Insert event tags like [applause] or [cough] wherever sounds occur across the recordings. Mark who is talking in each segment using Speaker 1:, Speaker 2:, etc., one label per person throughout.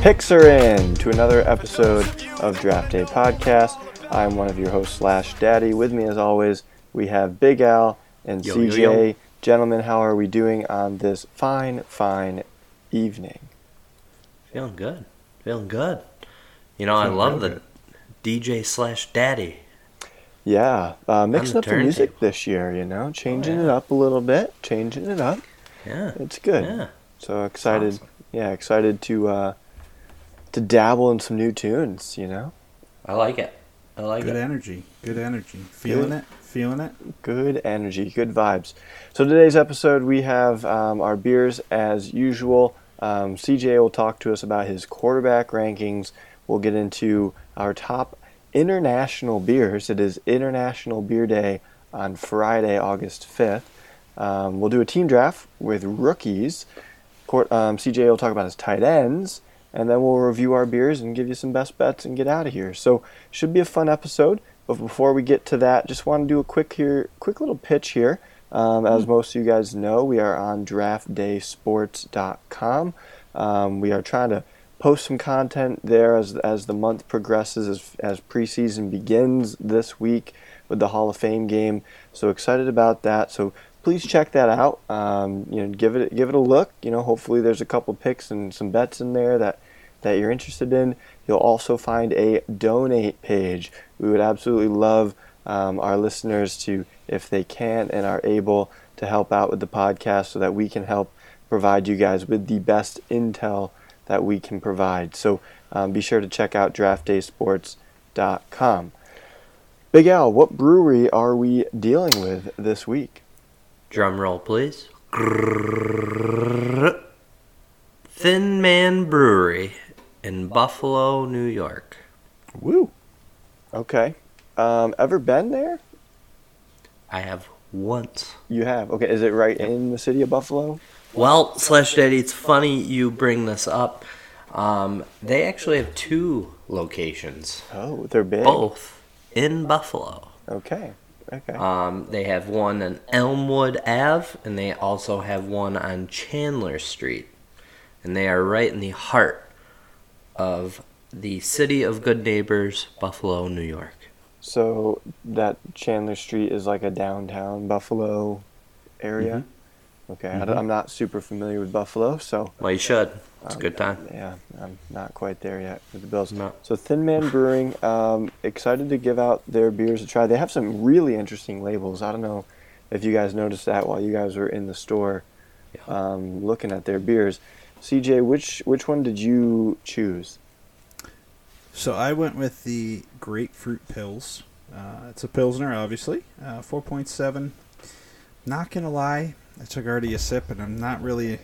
Speaker 1: Picks are in to another episode of Draft Day Podcast. I'm one of your hosts, Slash Daddy. With me, as always, we have Big Al and
Speaker 2: Yo, yo,
Speaker 1: CJ.
Speaker 2: yo.
Speaker 1: Gentlemen, how are we doing on this fine, fine evening?
Speaker 2: Feeling good. Feeling good. You know, I love the DJ slash daddy.
Speaker 1: Yeah, uh, mixing
Speaker 2: the
Speaker 1: up the music
Speaker 2: turntable. Oh,
Speaker 1: this year, you know, changing
Speaker 2: yeah.
Speaker 1: it up a little bit, changing it up.
Speaker 2: Yeah.
Speaker 1: It's good.
Speaker 2: Yeah.
Speaker 1: So excited,
Speaker 2: Awesome.
Speaker 1: yeah, excited to uh, to dabble in some new tunes, you know.
Speaker 2: I like it. I like
Speaker 3: Good
Speaker 2: it.
Speaker 3: energy. Good energy. Feeling
Speaker 1: Good.
Speaker 3: it. Feeling it.
Speaker 1: Good energy, good vibes. So today's episode, we have um, our beers as usual. Um, CJ will talk to us about his quarterback rankings. We'll get into our top international beers. It is International Beer Day on Friday, August 5th. Um, we'll do a team draft with rookies. Court, um, CJ will talk about his tight ends, and then we'll review our beers and give you some best bets and get out of here. So should be a fun episode. But before we get to that, just want to do a quick here, quick little pitch here. Um, as most of you guys know, we are on draftdaysports.com. Um, we are trying to post some content there as as the month progresses, as as preseason begins this week with the Hall of Fame game. So excited about that. So please check that out. Um, you know, give it give it a look. You know, hopefully there's a couple picks and some bets in there that that you're interested in. You'll also find a donate page. We would absolutely love um, our listeners to, if they can and are able, to help out with the podcast so that we can help provide you guys with the best intel that we can provide. So um, be sure to check out draftdaysports.com. Big Al, what brewery are we dealing with this week?
Speaker 2: Drum roll, please. Thin Man Brewery in Buffalo, New York.
Speaker 1: Woo. Okay. Um, ever been there?
Speaker 2: I have once.
Speaker 1: You have. Okay. Is it right in the city of Buffalo?
Speaker 2: Well, slash daddy, it's funny you bring this up. Um, they actually have two locations,
Speaker 1: Oh, they're big.
Speaker 2: both in Buffalo.
Speaker 1: Okay. Okay.
Speaker 2: Um, they have one on Elmwood Ave, and they also have one on Chandler Street. And they are right in the heart of the city of good neighbors, Buffalo, New York.
Speaker 1: so that Chandler Street is like a downtown Buffalo area.
Speaker 2: Mm-hmm.
Speaker 1: Okay. I am not super familiar with Buffalo, so
Speaker 2: Well, you should. It's a good time.
Speaker 1: yeah, I'm not quite there yet with the Bills.
Speaker 2: No.
Speaker 1: So Thin Man Brewing, um, excited to give out their beers a try. They have some really interesting labels. I don't know if you guys noticed that while you guys were in the store
Speaker 2: Yeah.
Speaker 1: um, looking at their beers. CJ, which which one did you choose?
Speaker 3: So I went with the grapefruit pills. Uh, it's a pilsner, obviously. Uh, Four point seven. Not gonna lie, I took already a sip, and I'm not really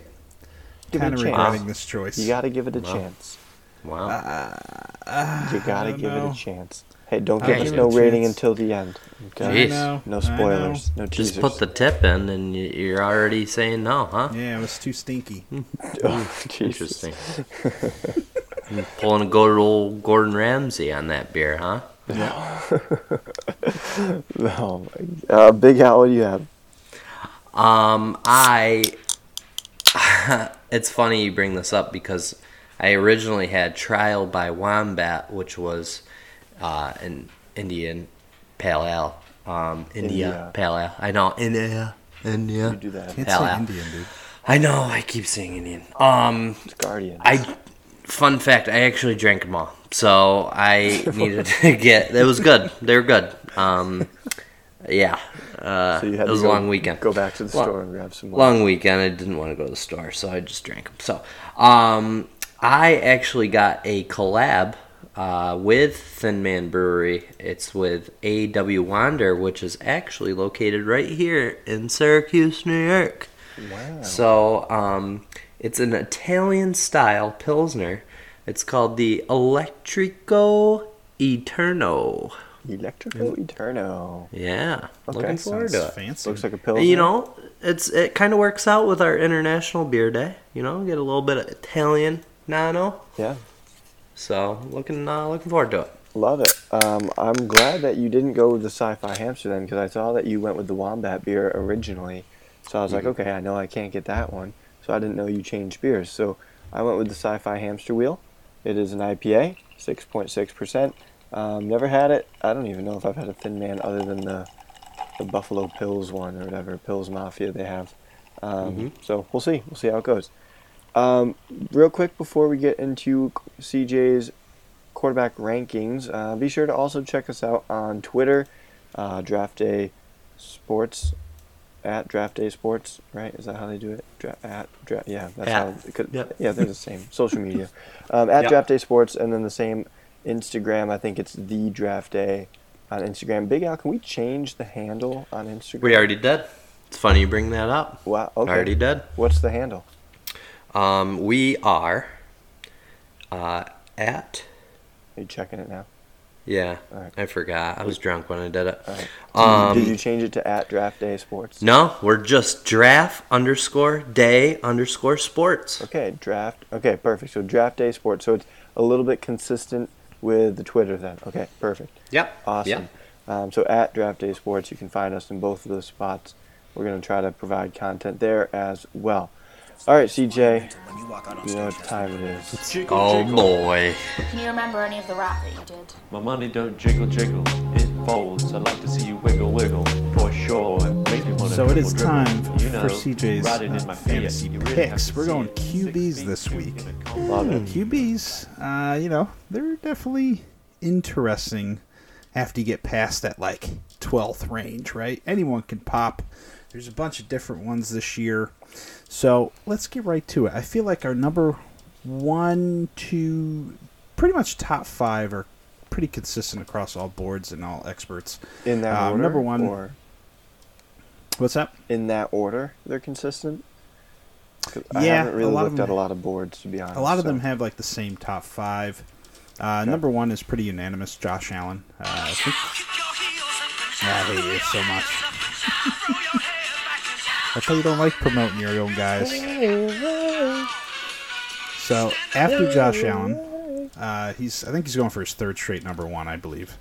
Speaker 1: Give it a
Speaker 3: kind of
Speaker 1: chance.
Speaker 3: regretting this choice.
Speaker 1: You got to give it a
Speaker 2: Wow.
Speaker 1: chance.
Speaker 2: Wow.
Speaker 1: You gotta
Speaker 3: don't
Speaker 1: give it
Speaker 3: know.
Speaker 1: a chance. Hey, don't
Speaker 3: I
Speaker 1: give
Speaker 2: don't
Speaker 1: us
Speaker 2: give
Speaker 1: no
Speaker 3: it a
Speaker 1: rating
Speaker 3: chance.
Speaker 1: until the end.
Speaker 3: I
Speaker 1: Okay?
Speaker 2: Jeez.
Speaker 3: know,
Speaker 1: No
Speaker 3: I
Speaker 1: spoilers. No teasers. [laughs]
Speaker 2: Just put the tip in, and y- you're already saying no, huh?
Speaker 3: [laughs] know. Yeah, it was too stinky.
Speaker 1: Oh, Jesus.
Speaker 2: Interesting. I'm pulling a good old Gordon Ramsay on that beer, huh?
Speaker 1: Oh my. Uh, Big Al, what do you have?
Speaker 2: Um, I. [laughs] it's funny you bring this up because I originally had Trial by Wombat, which was uh, an Indian pale ale. Um, India,
Speaker 1: India.
Speaker 2: pale ale. I know India, India.
Speaker 1: You do that.
Speaker 3: It's
Speaker 2: Hell
Speaker 3: like
Speaker 2: yeah.
Speaker 3: Indian, dude.
Speaker 2: I know. I keep saying Indian. Um,
Speaker 1: It's Guardian.
Speaker 2: I fun fact, I actually drank them all. So [laughs] I needed to get it was good. They were good. Um yeah. Uh,
Speaker 1: So you had
Speaker 2: it
Speaker 1: to
Speaker 2: was
Speaker 1: go-
Speaker 2: a long weekend.
Speaker 1: go back to the
Speaker 2: Lo-
Speaker 1: store and grab some more.
Speaker 2: Long weekend. I didn't want to go to the store, so I just drank them. So um I actually got a collab uh, with Thin Man Brewery. It's with A.W. Wander, which is actually located right here in Syracuse, New York.
Speaker 1: Wow.
Speaker 2: So um, it's an Italian style pilsner. It's called the Electrico Eterno.
Speaker 1: Electrical Eterno.
Speaker 2: Yeah,
Speaker 1: Okay.
Speaker 2: looking forward
Speaker 3: Sounds
Speaker 2: to it.
Speaker 3: fancy.
Speaker 1: Looks like a pill.
Speaker 2: And, You know, it's it kind of works out with our International Beer Day. You know, get a little bit of Italian nano.
Speaker 1: Yeah.
Speaker 2: So looking uh, looking forward to it.
Speaker 1: Love it. Um, I'm glad that you didn't go with the sci-fi hamster then, because I saw that you went with the wombat beer originally. So I
Speaker 2: Mm-hmm.
Speaker 1: was like, okay, I know I can't get that one. So I didn't know you changed beers. So I went with the sci-fi hamster wheel. It is an IPA, 6.6%. Um, never had it. I don't even know if I've had a Thin Man other than the, the Buffalo Pills one or whatever, Pills Mafia they have. Um,
Speaker 2: Mhm.
Speaker 1: So we'll see. We'll see how it goes. Um, real quick before we get into CJ's quarterback rankings, uh, be sure to also check us out on Twitter, uh, Draft Day Sports, at Draft Day Sports, right? Is that how they do it? Dra- at dra- Yeah, that's
Speaker 2: At.
Speaker 1: how. it could-
Speaker 2: Yep.
Speaker 1: Yeah, they're the same. Social media. Um, at
Speaker 2: Yep.
Speaker 1: Draft Day Sports, and then the same Instagram. I think it's the Draft Day on Instagram. Big Al, can we change the handle on Instagram?
Speaker 2: We already did. It's funny you bring that up.
Speaker 1: Wow. Okay.
Speaker 2: Already did.
Speaker 1: What's the handle?
Speaker 2: Um, we are uh, at
Speaker 1: Are you checking it now?
Speaker 2: yeah.
Speaker 1: Alright.
Speaker 2: I forgot. I was drunk when I did it.
Speaker 1: All right.
Speaker 2: Um,
Speaker 1: Did you change it to at Draft Day Sports?
Speaker 2: No, we're just draft underscore day underscore sports.
Speaker 1: Okay, draft. Okay, perfect. So draft day sports. So it's a little bit consistent with the Twitter then. Okay, perfect.
Speaker 2: Yep.
Speaker 1: Awesome.
Speaker 2: Yep.
Speaker 1: Um, so at draft day sports, you can find us in both of those spots. We're going to try to provide content there as well. All right, CJ, you know what time it is.
Speaker 4: Jiggle,
Speaker 2: Oh
Speaker 4: jiggle.
Speaker 2: boy.
Speaker 5: Can you remember any of the rap that you did?
Speaker 4: My money don't jiggle, jiggle. It folds. I'd like to see you wiggle, wiggle. For sure. It makes me wanna
Speaker 3: So it is
Speaker 4: dribble, dribble.
Speaker 3: time
Speaker 4: You know,
Speaker 3: for CJ's
Speaker 4: right in
Speaker 3: uh,
Speaker 4: my feet.
Speaker 3: fantasy
Speaker 4: You really have
Speaker 3: picks.
Speaker 4: to
Speaker 3: We're
Speaker 4: see
Speaker 3: going
Speaker 4: it. Six
Speaker 3: QBs
Speaker 4: feet,
Speaker 3: this
Speaker 4: two
Speaker 3: week.
Speaker 4: in a car.
Speaker 1: Love it.
Speaker 3: QBs, Hmm, uh, you know, they're definitely interesting after you get past that like 12th range, right? Anyone can pop. There's a bunch of different ones this year. So let's get right to it. I feel like our number one, two, pretty much top five are pretty consistent across all boards and all experts.
Speaker 1: In that
Speaker 3: Uh,
Speaker 1: order?
Speaker 3: number one.
Speaker 1: Or
Speaker 3: What's up?
Speaker 1: in that order, they're consistent? 'Cause I
Speaker 3: Yeah,
Speaker 1: haven't really
Speaker 3: a lot of
Speaker 1: looked
Speaker 3: them-
Speaker 1: at a lot of boards, to be honest.
Speaker 3: A lot of
Speaker 1: so-
Speaker 3: them have like the same top five. Uh, Number one is pretty unanimous. Josh Allen. Uh, I think I hate you Ah, so much. I thought you don't like promoting your own guys. So after Josh Allen, uh, he's I think he's going for his third straight number one, I believe.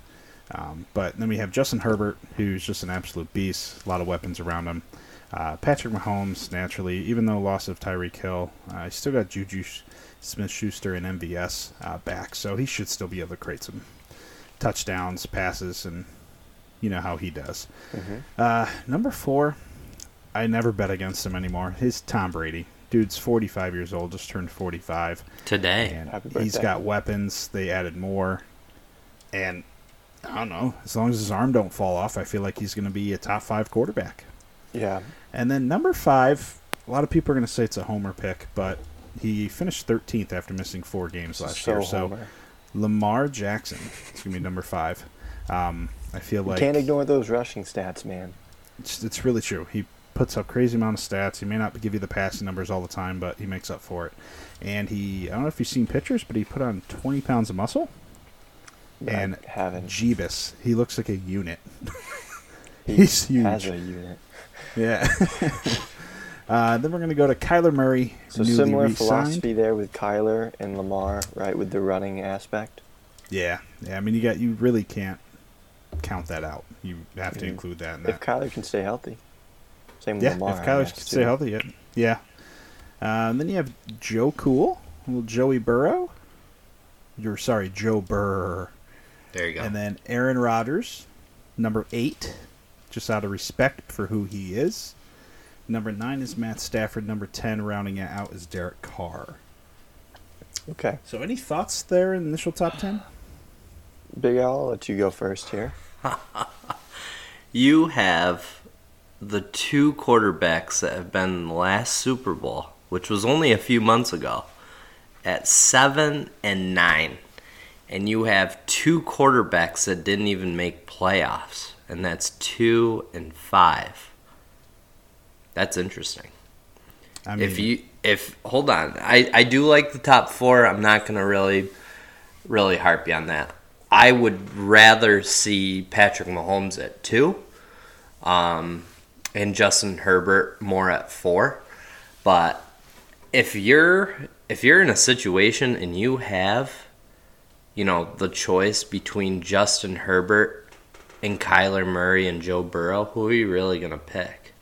Speaker 3: Um, but then we have Justin Herbert, who's just an absolute beast. A lot of weapons around him. Uh, Patrick Mahomes, naturally, even though loss of Tyreek Hill, uh, he's still got Juju Smith Schuster and MVS uh, back, so he should still be able to create some touchdowns, passes, and you know how he does. Uh, number four, I never bet against him anymore. His Tom Brady. Dude's 45 years old, just turned 45.
Speaker 2: Today.
Speaker 3: And
Speaker 1: Happy
Speaker 3: he's
Speaker 1: birthday.
Speaker 3: got weapons. They added more. And I don't know. As long as his arm don't fall off, I feel like he's going to be a top five quarterback.
Speaker 1: Yeah.
Speaker 3: And then number five, a lot of people are going to say it's a homer pick, but he finished 13th after missing four games last
Speaker 1: So
Speaker 3: year. So
Speaker 1: Homer.
Speaker 3: Lamar Jackson is going to be number five. Um, I feel like
Speaker 1: Can't ignore those rushing stats, man.
Speaker 3: it's, it's really true. He puts up crazy amount of stats. He may not give you the passing numbers all the time, but he makes up for it. And he, I don't know if you've seen pictures, but he put on 20 pounds of muscle. And
Speaker 1: I haven't.
Speaker 3: Jeebus, he looks like
Speaker 1: [laughs]
Speaker 3: a unit. He's huge.
Speaker 1: As a unit.
Speaker 3: Yeah. [laughs] uh, then we're going to go to Kyler Murray.
Speaker 1: So
Speaker 3: newly
Speaker 1: similar
Speaker 3: re-signed.
Speaker 1: philosophy there with Kyler and Lamar, right, with the running aspect.
Speaker 3: Yeah. Yeah. I mean, you got you really can't count that out. You have to
Speaker 1: Mhm.
Speaker 3: include that. In
Speaker 1: If
Speaker 3: that.
Speaker 1: Kyler can stay healthy. Same with
Speaker 3: yeah.
Speaker 1: Lamar.
Speaker 3: if
Speaker 1: I
Speaker 3: Kyler
Speaker 1: guess,
Speaker 3: can
Speaker 1: too.
Speaker 3: stay healthy, yeah. Yeah. Uh, and then you have Joe Cool, little Joey Burrow. You're sorry, Joe Burr.
Speaker 2: There you go.
Speaker 3: And then Aaron Rodgers, number eight, just out of respect for who he is. Number nine is Matt Stafford. Number ten, rounding it out, is Derek Carr.
Speaker 1: Okay.
Speaker 3: So, any thoughts there? in the Initial top ten.
Speaker 1: Big Al, I'll let you go first here.
Speaker 2: You have the two quarterbacks that have been in the last Super Bowl, which was only a few months ago, at seven and nine. And you have two quarterbacks that didn't even make playoffs, and that's two and five. That's interesting.
Speaker 3: I
Speaker 2: if you if hold on, I I do like the top four. I'm not gonna really really harp you on that. I would rather see Patrick Mahomes at two, um, and Justin Herbert more at four. But if you're if you're in a situation and you have, you know, the choice between Justin Herbert and Kyler Murray and Joe Burrow, who are you really gonna pick?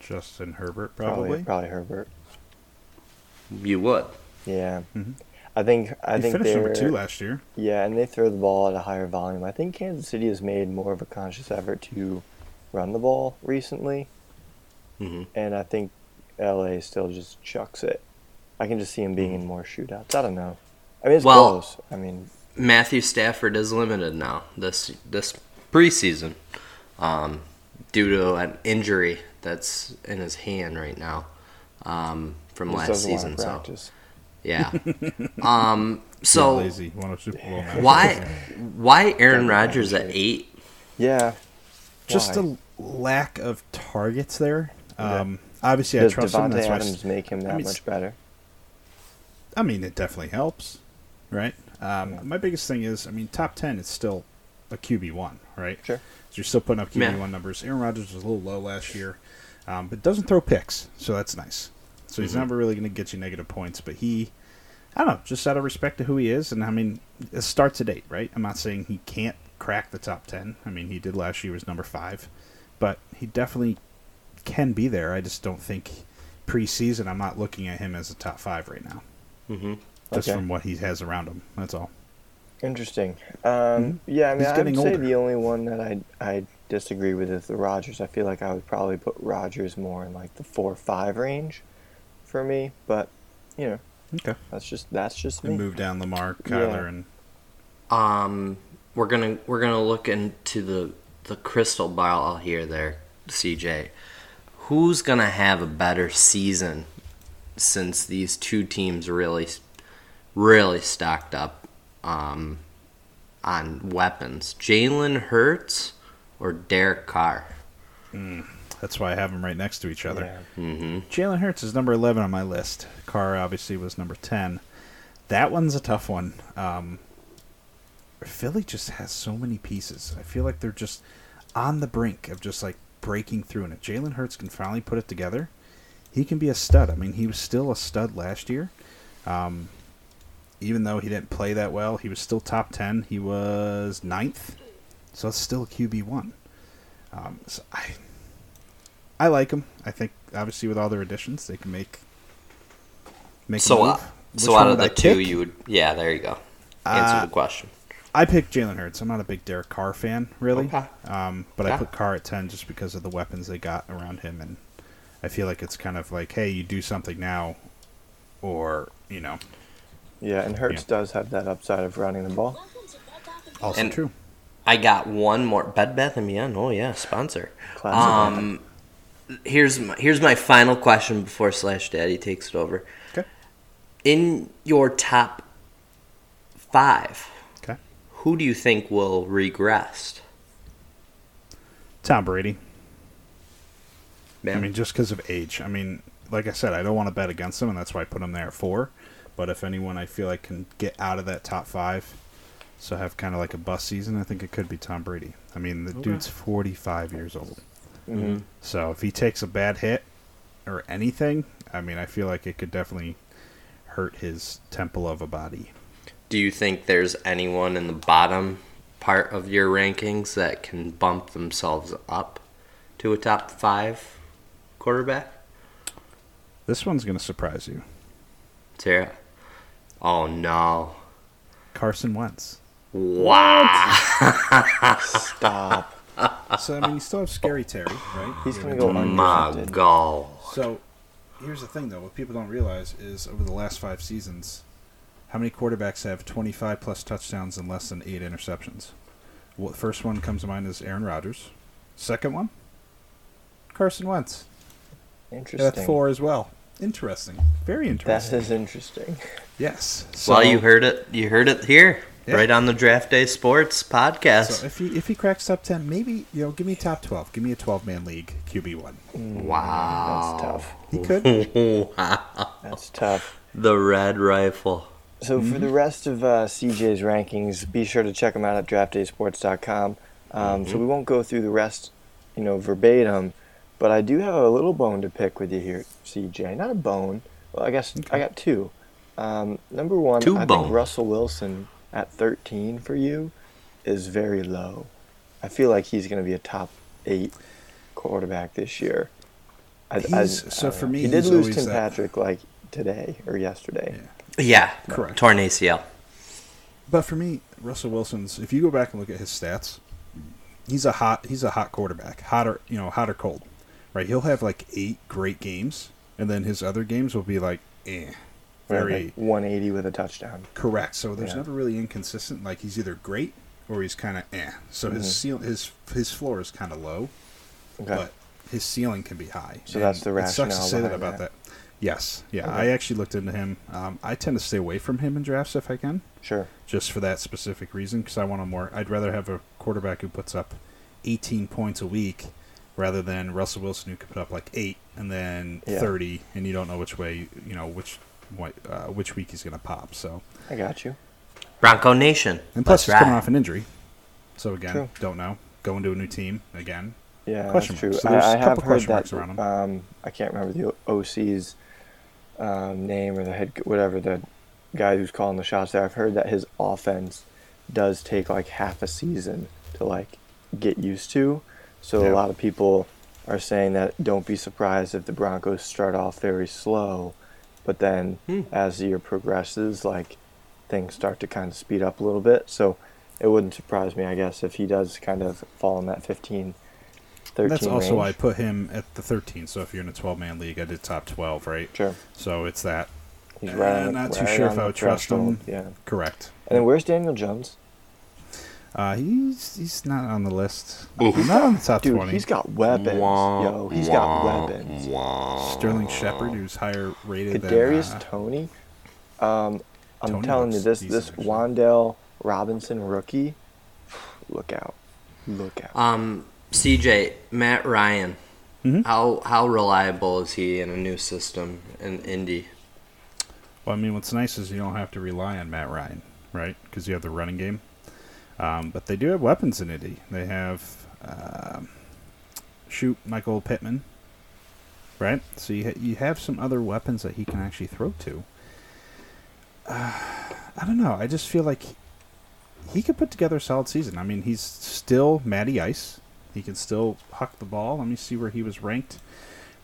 Speaker 3: Justin Herbert,
Speaker 1: Probably
Speaker 3: probably.
Speaker 1: probably Herbert.
Speaker 2: You would.
Speaker 1: Yeah. I think I
Speaker 3: They
Speaker 1: think
Speaker 3: Mm-hmm. finished number
Speaker 1: they're-
Speaker 3: two last year.
Speaker 1: Yeah, and they throw the ball at a higher volume. I think Kansas City has made more of a conscious effort to run the ball recently,
Speaker 2: hmm
Speaker 1: and I think LA still just chucks it. I can just see him being in
Speaker 3: Mm-hmm.
Speaker 1: more shootouts. I don't know. I mean, it's
Speaker 2: Well-
Speaker 1: close. I mean,
Speaker 2: Matthew Stafford is limited now this this preseason um, due to an injury that's in his hand right now um, from
Speaker 1: he just
Speaker 2: last
Speaker 1: doesn't want to
Speaker 2: season. So
Speaker 1: practice.
Speaker 2: yeah.
Speaker 3: [laughs]
Speaker 2: um, so
Speaker 3: He's lazy. Won a Super Bowl. now.
Speaker 2: why
Speaker 3: [laughs]
Speaker 2: why Aaron
Speaker 1: Doesn't
Speaker 2: Rodgers at
Speaker 1: appreciate
Speaker 2: eight?
Speaker 1: Yeah,
Speaker 3: Just
Speaker 1: Why?
Speaker 3: a lack of targets there.
Speaker 1: Yeah.
Speaker 3: Um, Obviously,
Speaker 1: does
Speaker 3: I trust him.
Speaker 1: Devontae
Speaker 3: That's why I s-
Speaker 1: Adams make him that
Speaker 3: mean,
Speaker 1: much better?
Speaker 3: I mean, it definitely helps, right? Um, My biggest thing is, I mean, top ten is still a QB one, right?
Speaker 1: Sure.
Speaker 3: So you're still putting up QB
Speaker 2: Yeah.
Speaker 3: one numbers. Aaron Rodgers was a little low last year, um, but doesn't throw picks, so that's nice. So he's never really going to get you negative points, but he, I don't know, just out of respect to who he is, and I mean, it starts at eight, right? I'm not saying he can't crack the top ten. I mean, he did last year was number five, but he definitely can be there. I just don't think preseason. I'm not looking at him as a top five right now
Speaker 2: Mm-hmm.
Speaker 3: just
Speaker 1: Okay.
Speaker 3: from what he has around him. That's all.
Speaker 1: Interesting. Um, Yeah, I mean,
Speaker 3: He's
Speaker 1: I would
Speaker 3: getting
Speaker 1: say
Speaker 3: older.
Speaker 1: the only one that I I disagree with is the Rogers. I feel like I would probably put Rogers more in like the four or five range for me, but you know,
Speaker 3: Okay.
Speaker 1: that's just that's just
Speaker 3: And
Speaker 1: me.
Speaker 3: move down Lamar, Kyler,
Speaker 1: Yeah.
Speaker 3: and
Speaker 2: Um, we're gonna we're gonna look into the the crystal ball here, there, CJ. Who's gonna have a better season since these two teams really, really stocked up um, on weapons? Jalen Hurts or Derek Carr?
Speaker 3: that's why I have them right next to each other.
Speaker 1: Yeah.
Speaker 2: Mm-hmm.
Speaker 3: Jalen Hurts is number 11 on my list. Carr obviously was number 10. That one's a tough one. Um, Philly just has so many pieces. I feel like they're just on the brink of just like breaking through. And if Jalen Hurts can finally put it together, he can be a stud. I mean, he was still a stud last year. Um, even though he didn't play that well, he was still top 10. He was ninth. So that's still a QB1. Um, so I, I like him. I think obviously with all their additions, they can make make. a
Speaker 2: So, uh,
Speaker 3: move. Which
Speaker 2: so
Speaker 3: one
Speaker 2: out of
Speaker 3: would I
Speaker 2: the two,
Speaker 3: pick?
Speaker 2: you would yeah. There you go. Answer
Speaker 3: Uh,
Speaker 2: the question.
Speaker 3: I picked Jalen Hurts. I'm not a big Derek Carr fan, really.
Speaker 2: Okay.
Speaker 3: Um, but I
Speaker 2: Yeah.
Speaker 3: put Carr at 10 just because of the weapons they got around him. And I feel like it's kind of like, hey, you do something now, or, you know,
Speaker 1: Yeah, and Hertz
Speaker 3: Yeah.
Speaker 1: does have that upside of running the ball.
Speaker 3: also
Speaker 2: And-
Speaker 3: true.
Speaker 2: I got one more Bed Bath and Beyond. Oh yeah, sponsor.
Speaker 1: Classic.
Speaker 2: Um, here's my, here's my final question before Slash Daddy takes it over.
Speaker 3: Okay.
Speaker 2: In your top five,
Speaker 3: Okay.
Speaker 2: who do you think will regress?
Speaker 3: Tom Brady.
Speaker 2: Man,
Speaker 3: I mean, just because of age. I mean, like I said, I don't want to bet against him, and that's why I put him there at four. But if anyone I feel like can get out of that top five, so have kind of like a bust season, I think it could be Tom Brady. I mean, the dude's 45 years old.
Speaker 1: Mhm.
Speaker 3: So if he takes a bad hit or anything, I mean, I feel like it could definitely hurt his temple of a body.
Speaker 2: do you think there's anyone in the bottom part of your rankings that can bump themselves up to a top five quarterback?
Speaker 3: This one's going to surprise you
Speaker 2: Sarah? Oh no!
Speaker 3: Carson Wentz.
Speaker 1: [laughs]
Speaker 2: Wow!
Speaker 1: Stop.
Speaker 3: So, I mean, you still have Scary Terry, right?
Speaker 1: He's
Speaker 3: You
Speaker 1: gonna
Speaker 3: [laughs] have
Speaker 1: go
Speaker 2: My
Speaker 1: undefeated.
Speaker 2: God!
Speaker 3: So, here's the thing, though. What people don't realize is over the last five seasons, how many quarterbacks have 25 plus touchdowns and less than eight interceptions? Well, first one comes to mind is Aaron Rodgers. Second one, Carson Wentz. And
Speaker 1: Interesting.
Speaker 3: That's four as well. Interesting. Very
Speaker 1: That
Speaker 3: interesting.
Speaker 1: is interesting.
Speaker 3: yes.
Speaker 2: well, you heard it. You heard it here,
Speaker 3: Yeah.
Speaker 2: right on the Draft Day Sports podcast.
Speaker 3: So if he if he cracks top ten, maybe you know, give me top twelve, give me a twelve man league QB one.
Speaker 2: wow,
Speaker 3: Oh.
Speaker 1: That's tough.
Speaker 3: He
Speaker 2: [laughs]
Speaker 3: could.
Speaker 1: That's tough.
Speaker 2: the Red Rifle.
Speaker 1: So for
Speaker 3: Mm-hmm.
Speaker 1: the rest of uh, CJ's rankings, be sure to check them out at draftdaysports.com. Um,
Speaker 3: Mm-hmm.
Speaker 1: So we won't go through the rest, you know, verbatim, but I do have a little bone to pick with you here, CJ. Not a bone. Well, I guess I got two. Um, number one,
Speaker 2: Two
Speaker 1: I
Speaker 2: bone.
Speaker 1: think Russell Wilson at 13 for you is very low. I feel like he's going to be a top eight quarterback this year. I, I-
Speaker 3: He's- so
Speaker 1: I don't
Speaker 3: for
Speaker 1: know.
Speaker 3: me,
Speaker 1: he did
Speaker 3: he's
Speaker 1: lose
Speaker 3: always
Speaker 1: Tim
Speaker 3: that-
Speaker 1: Patrick like today or yesterday.
Speaker 3: Yeah.
Speaker 2: Yeah,
Speaker 3: Correct.
Speaker 2: Torn ACL.
Speaker 3: But for me, Russell Wilson's. If you go back and look at his stats, he's a hot. He's a hot quarterback. Hotter, you know, hot or cold, right? He'll have like eight great games, and then his other games will be like, eh,
Speaker 1: We had, like,
Speaker 3: very
Speaker 1: 180 with a touchdown.
Speaker 3: correct. So there's
Speaker 1: Yeah.
Speaker 3: never really inconsistent. Like he's either great or he's kind of eh. So his ceil his his floor is kind of low,
Speaker 1: Mm-hmm. Okay.
Speaker 3: but his ceiling can be high.
Speaker 1: So that's the
Speaker 3: it sucks to
Speaker 1: rationale
Speaker 3: say that
Speaker 1: behind
Speaker 3: about
Speaker 1: that.
Speaker 3: that. Yes, yeah.
Speaker 1: Okay.
Speaker 3: I actually looked into him. Um, I tend to stay away from him in drafts if I can
Speaker 1: Sure.
Speaker 3: just for that specific reason because I want a more. I'd rather have a quarterback who puts up 18 points a week rather than Russell Wilson who could put up like eight and then
Speaker 1: Yeah.
Speaker 3: 30, and you don't know which way you know which what, uh, which week he's going to pop. So
Speaker 1: I got you.
Speaker 2: Bronco Nation.
Speaker 3: and plus
Speaker 2: Let's
Speaker 3: he's coming
Speaker 2: ride.
Speaker 3: off an injury, so again
Speaker 1: True.
Speaker 3: don't know. Going to a new team again.
Speaker 1: Yeah,
Speaker 3: Question
Speaker 1: that's true.
Speaker 3: marks. So there's
Speaker 1: I, I
Speaker 3: a
Speaker 1: have
Speaker 3: couple
Speaker 1: heard
Speaker 3: question
Speaker 1: that.
Speaker 3: marks around 'em.
Speaker 1: Um, I can't remember the O- OC's um, name or the head, whatever the guy who's calling the shots there. I've heard that his offense does take like half a season to like get used to. So
Speaker 3: Yeah.
Speaker 1: a lot of people are saying that don't be surprised if the Broncos start off very slow, but then
Speaker 2: Hmm.
Speaker 1: as the year progresses, like things start to kind of speed up a little bit. So it wouldn't surprise me, I guess, if he does kind of fall in that 15, 13
Speaker 3: That's also why I
Speaker 1: range.
Speaker 3: put him at the 13. So if you're in a 12 man league, I did top 12, right?
Speaker 1: Sure.
Speaker 3: So it's that.
Speaker 1: He's
Speaker 3: Eh,
Speaker 1: right on,
Speaker 3: not too
Speaker 1: right
Speaker 3: sure
Speaker 1: on
Speaker 3: if I
Speaker 1: the
Speaker 3: would trust him.
Speaker 1: threshold, Yeah.
Speaker 3: Correct.
Speaker 1: And then where's Daniel Jones?
Speaker 3: Uh, he's he's not on the list. He's not on the top
Speaker 1: Dude,
Speaker 3: 20.
Speaker 1: he's got weapons.
Speaker 2: Wah,
Speaker 1: Yo, he's
Speaker 2: wah,
Speaker 1: got weapons.
Speaker 2: wah.
Speaker 3: Sterling Shepard, who's higher rated than
Speaker 1: Kadarius
Speaker 3: uh,
Speaker 1: Tony. Um, I'm
Speaker 3: Toney
Speaker 1: telling you,
Speaker 3: looks
Speaker 1: this
Speaker 3: decent,
Speaker 1: this
Speaker 3: actually.
Speaker 1: Wandell Robinson rookie, [sighs] look out, look out.
Speaker 2: Um, CJ Matt Ryan.
Speaker 3: Mm-hmm.
Speaker 2: How how reliable is he in a new system in Indy?
Speaker 3: Well, I mean, what's nice is you don't have to rely on Matt Ryan, right? Because you have the running game. Um, but they do have weapons in Indy. They have um shoot Michael Pittman, right? So you ha- you have some other weapons that he can actually throw to. Uh, I don't know. I just feel like he could put together a solid season. I mean, he's still Matty Ice. He can still huck the ball. Let me see where he was ranked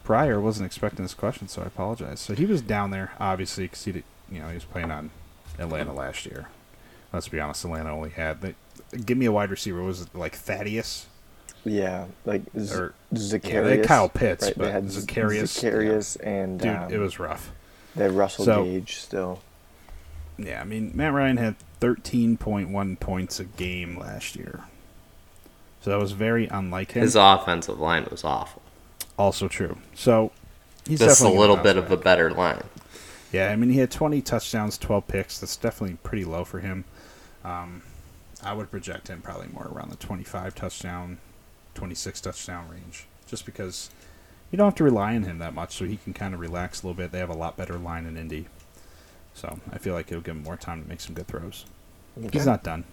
Speaker 3: prior. Wasn't expecting this question, so I apologize. So he was down there, obviously, because he did, you know he was playing on Atlanta last year. Let's be honest, Atlanta only had. They, give me a wide receiver. Was it like Thaddeus?
Speaker 1: Yeah, like Z-
Speaker 3: Or-
Speaker 1: Zacharias.
Speaker 3: er, yeah, they had Kyle Pitts,
Speaker 1: right?
Speaker 3: but
Speaker 1: they had Z-
Speaker 3: Zacharius, yeah.
Speaker 1: Zacharius and
Speaker 3: Dude,
Speaker 1: um,
Speaker 3: it was rough.
Speaker 1: they had Russell
Speaker 3: so-
Speaker 1: Gage still.
Speaker 3: Yeah, I mean Matt Ryan had 13.1 points a game last year, so that was very unlike him.
Speaker 2: His offensive line was awful.
Speaker 3: also true. So he's
Speaker 2: This is a
Speaker 3: definitely gonna
Speaker 2: little
Speaker 3: bounce
Speaker 2: bit of
Speaker 3: back.
Speaker 2: a better line.
Speaker 3: Yeah, I mean, he had 20 touchdowns, 12 picks. That's definitely pretty low for him. Um, I would project him probably more around the 25 touchdown, 26 touchdown range, just because you don't have to rely on him that much, so he can kind of relax a little bit. They have a lot better line in Indy. So I feel like it'll give him more time to make some good throws.
Speaker 1: Okay.
Speaker 3: He's not done.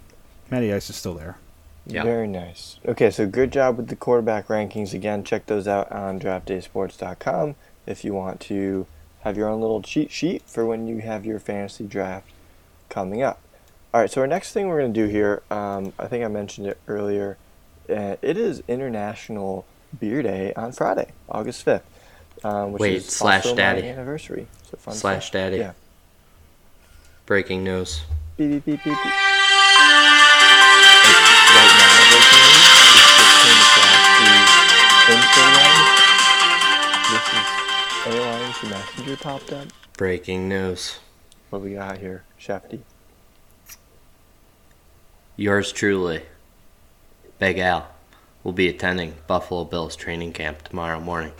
Speaker 3: Matty Ice is still there.
Speaker 2: Yeah.
Speaker 1: Very nice. Okay, so good job with the quarterback rankings. Again, check those out on draftdaysports.com if you want to have your own little cheat sheet for when you have your fantasy draft coming up. All right, so our next thing we're going to do here, um, I think I mentioned it earlier, uh, it is International Beer Day on Friday, August 5th. Um, which
Speaker 2: Wait,
Speaker 1: is
Speaker 2: slash
Speaker 1: also my
Speaker 2: daddy.
Speaker 1: anniversary. So fun
Speaker 2: Slash
Speaker 1: fact.
Speaker 2: daddy.
Speaker 1: Yeah.
Speaker 2: Breaking news.
Speaker 1: Beep, beep, beep, beep, beep. This is airlines the messenger popped up.
Speaker 2: Breaking news.
Speaker 1: What we got here, Shafty?
Speaker 2: Yours truly, Big Al, will be attending Buffalo Bills training camp tomorrow morning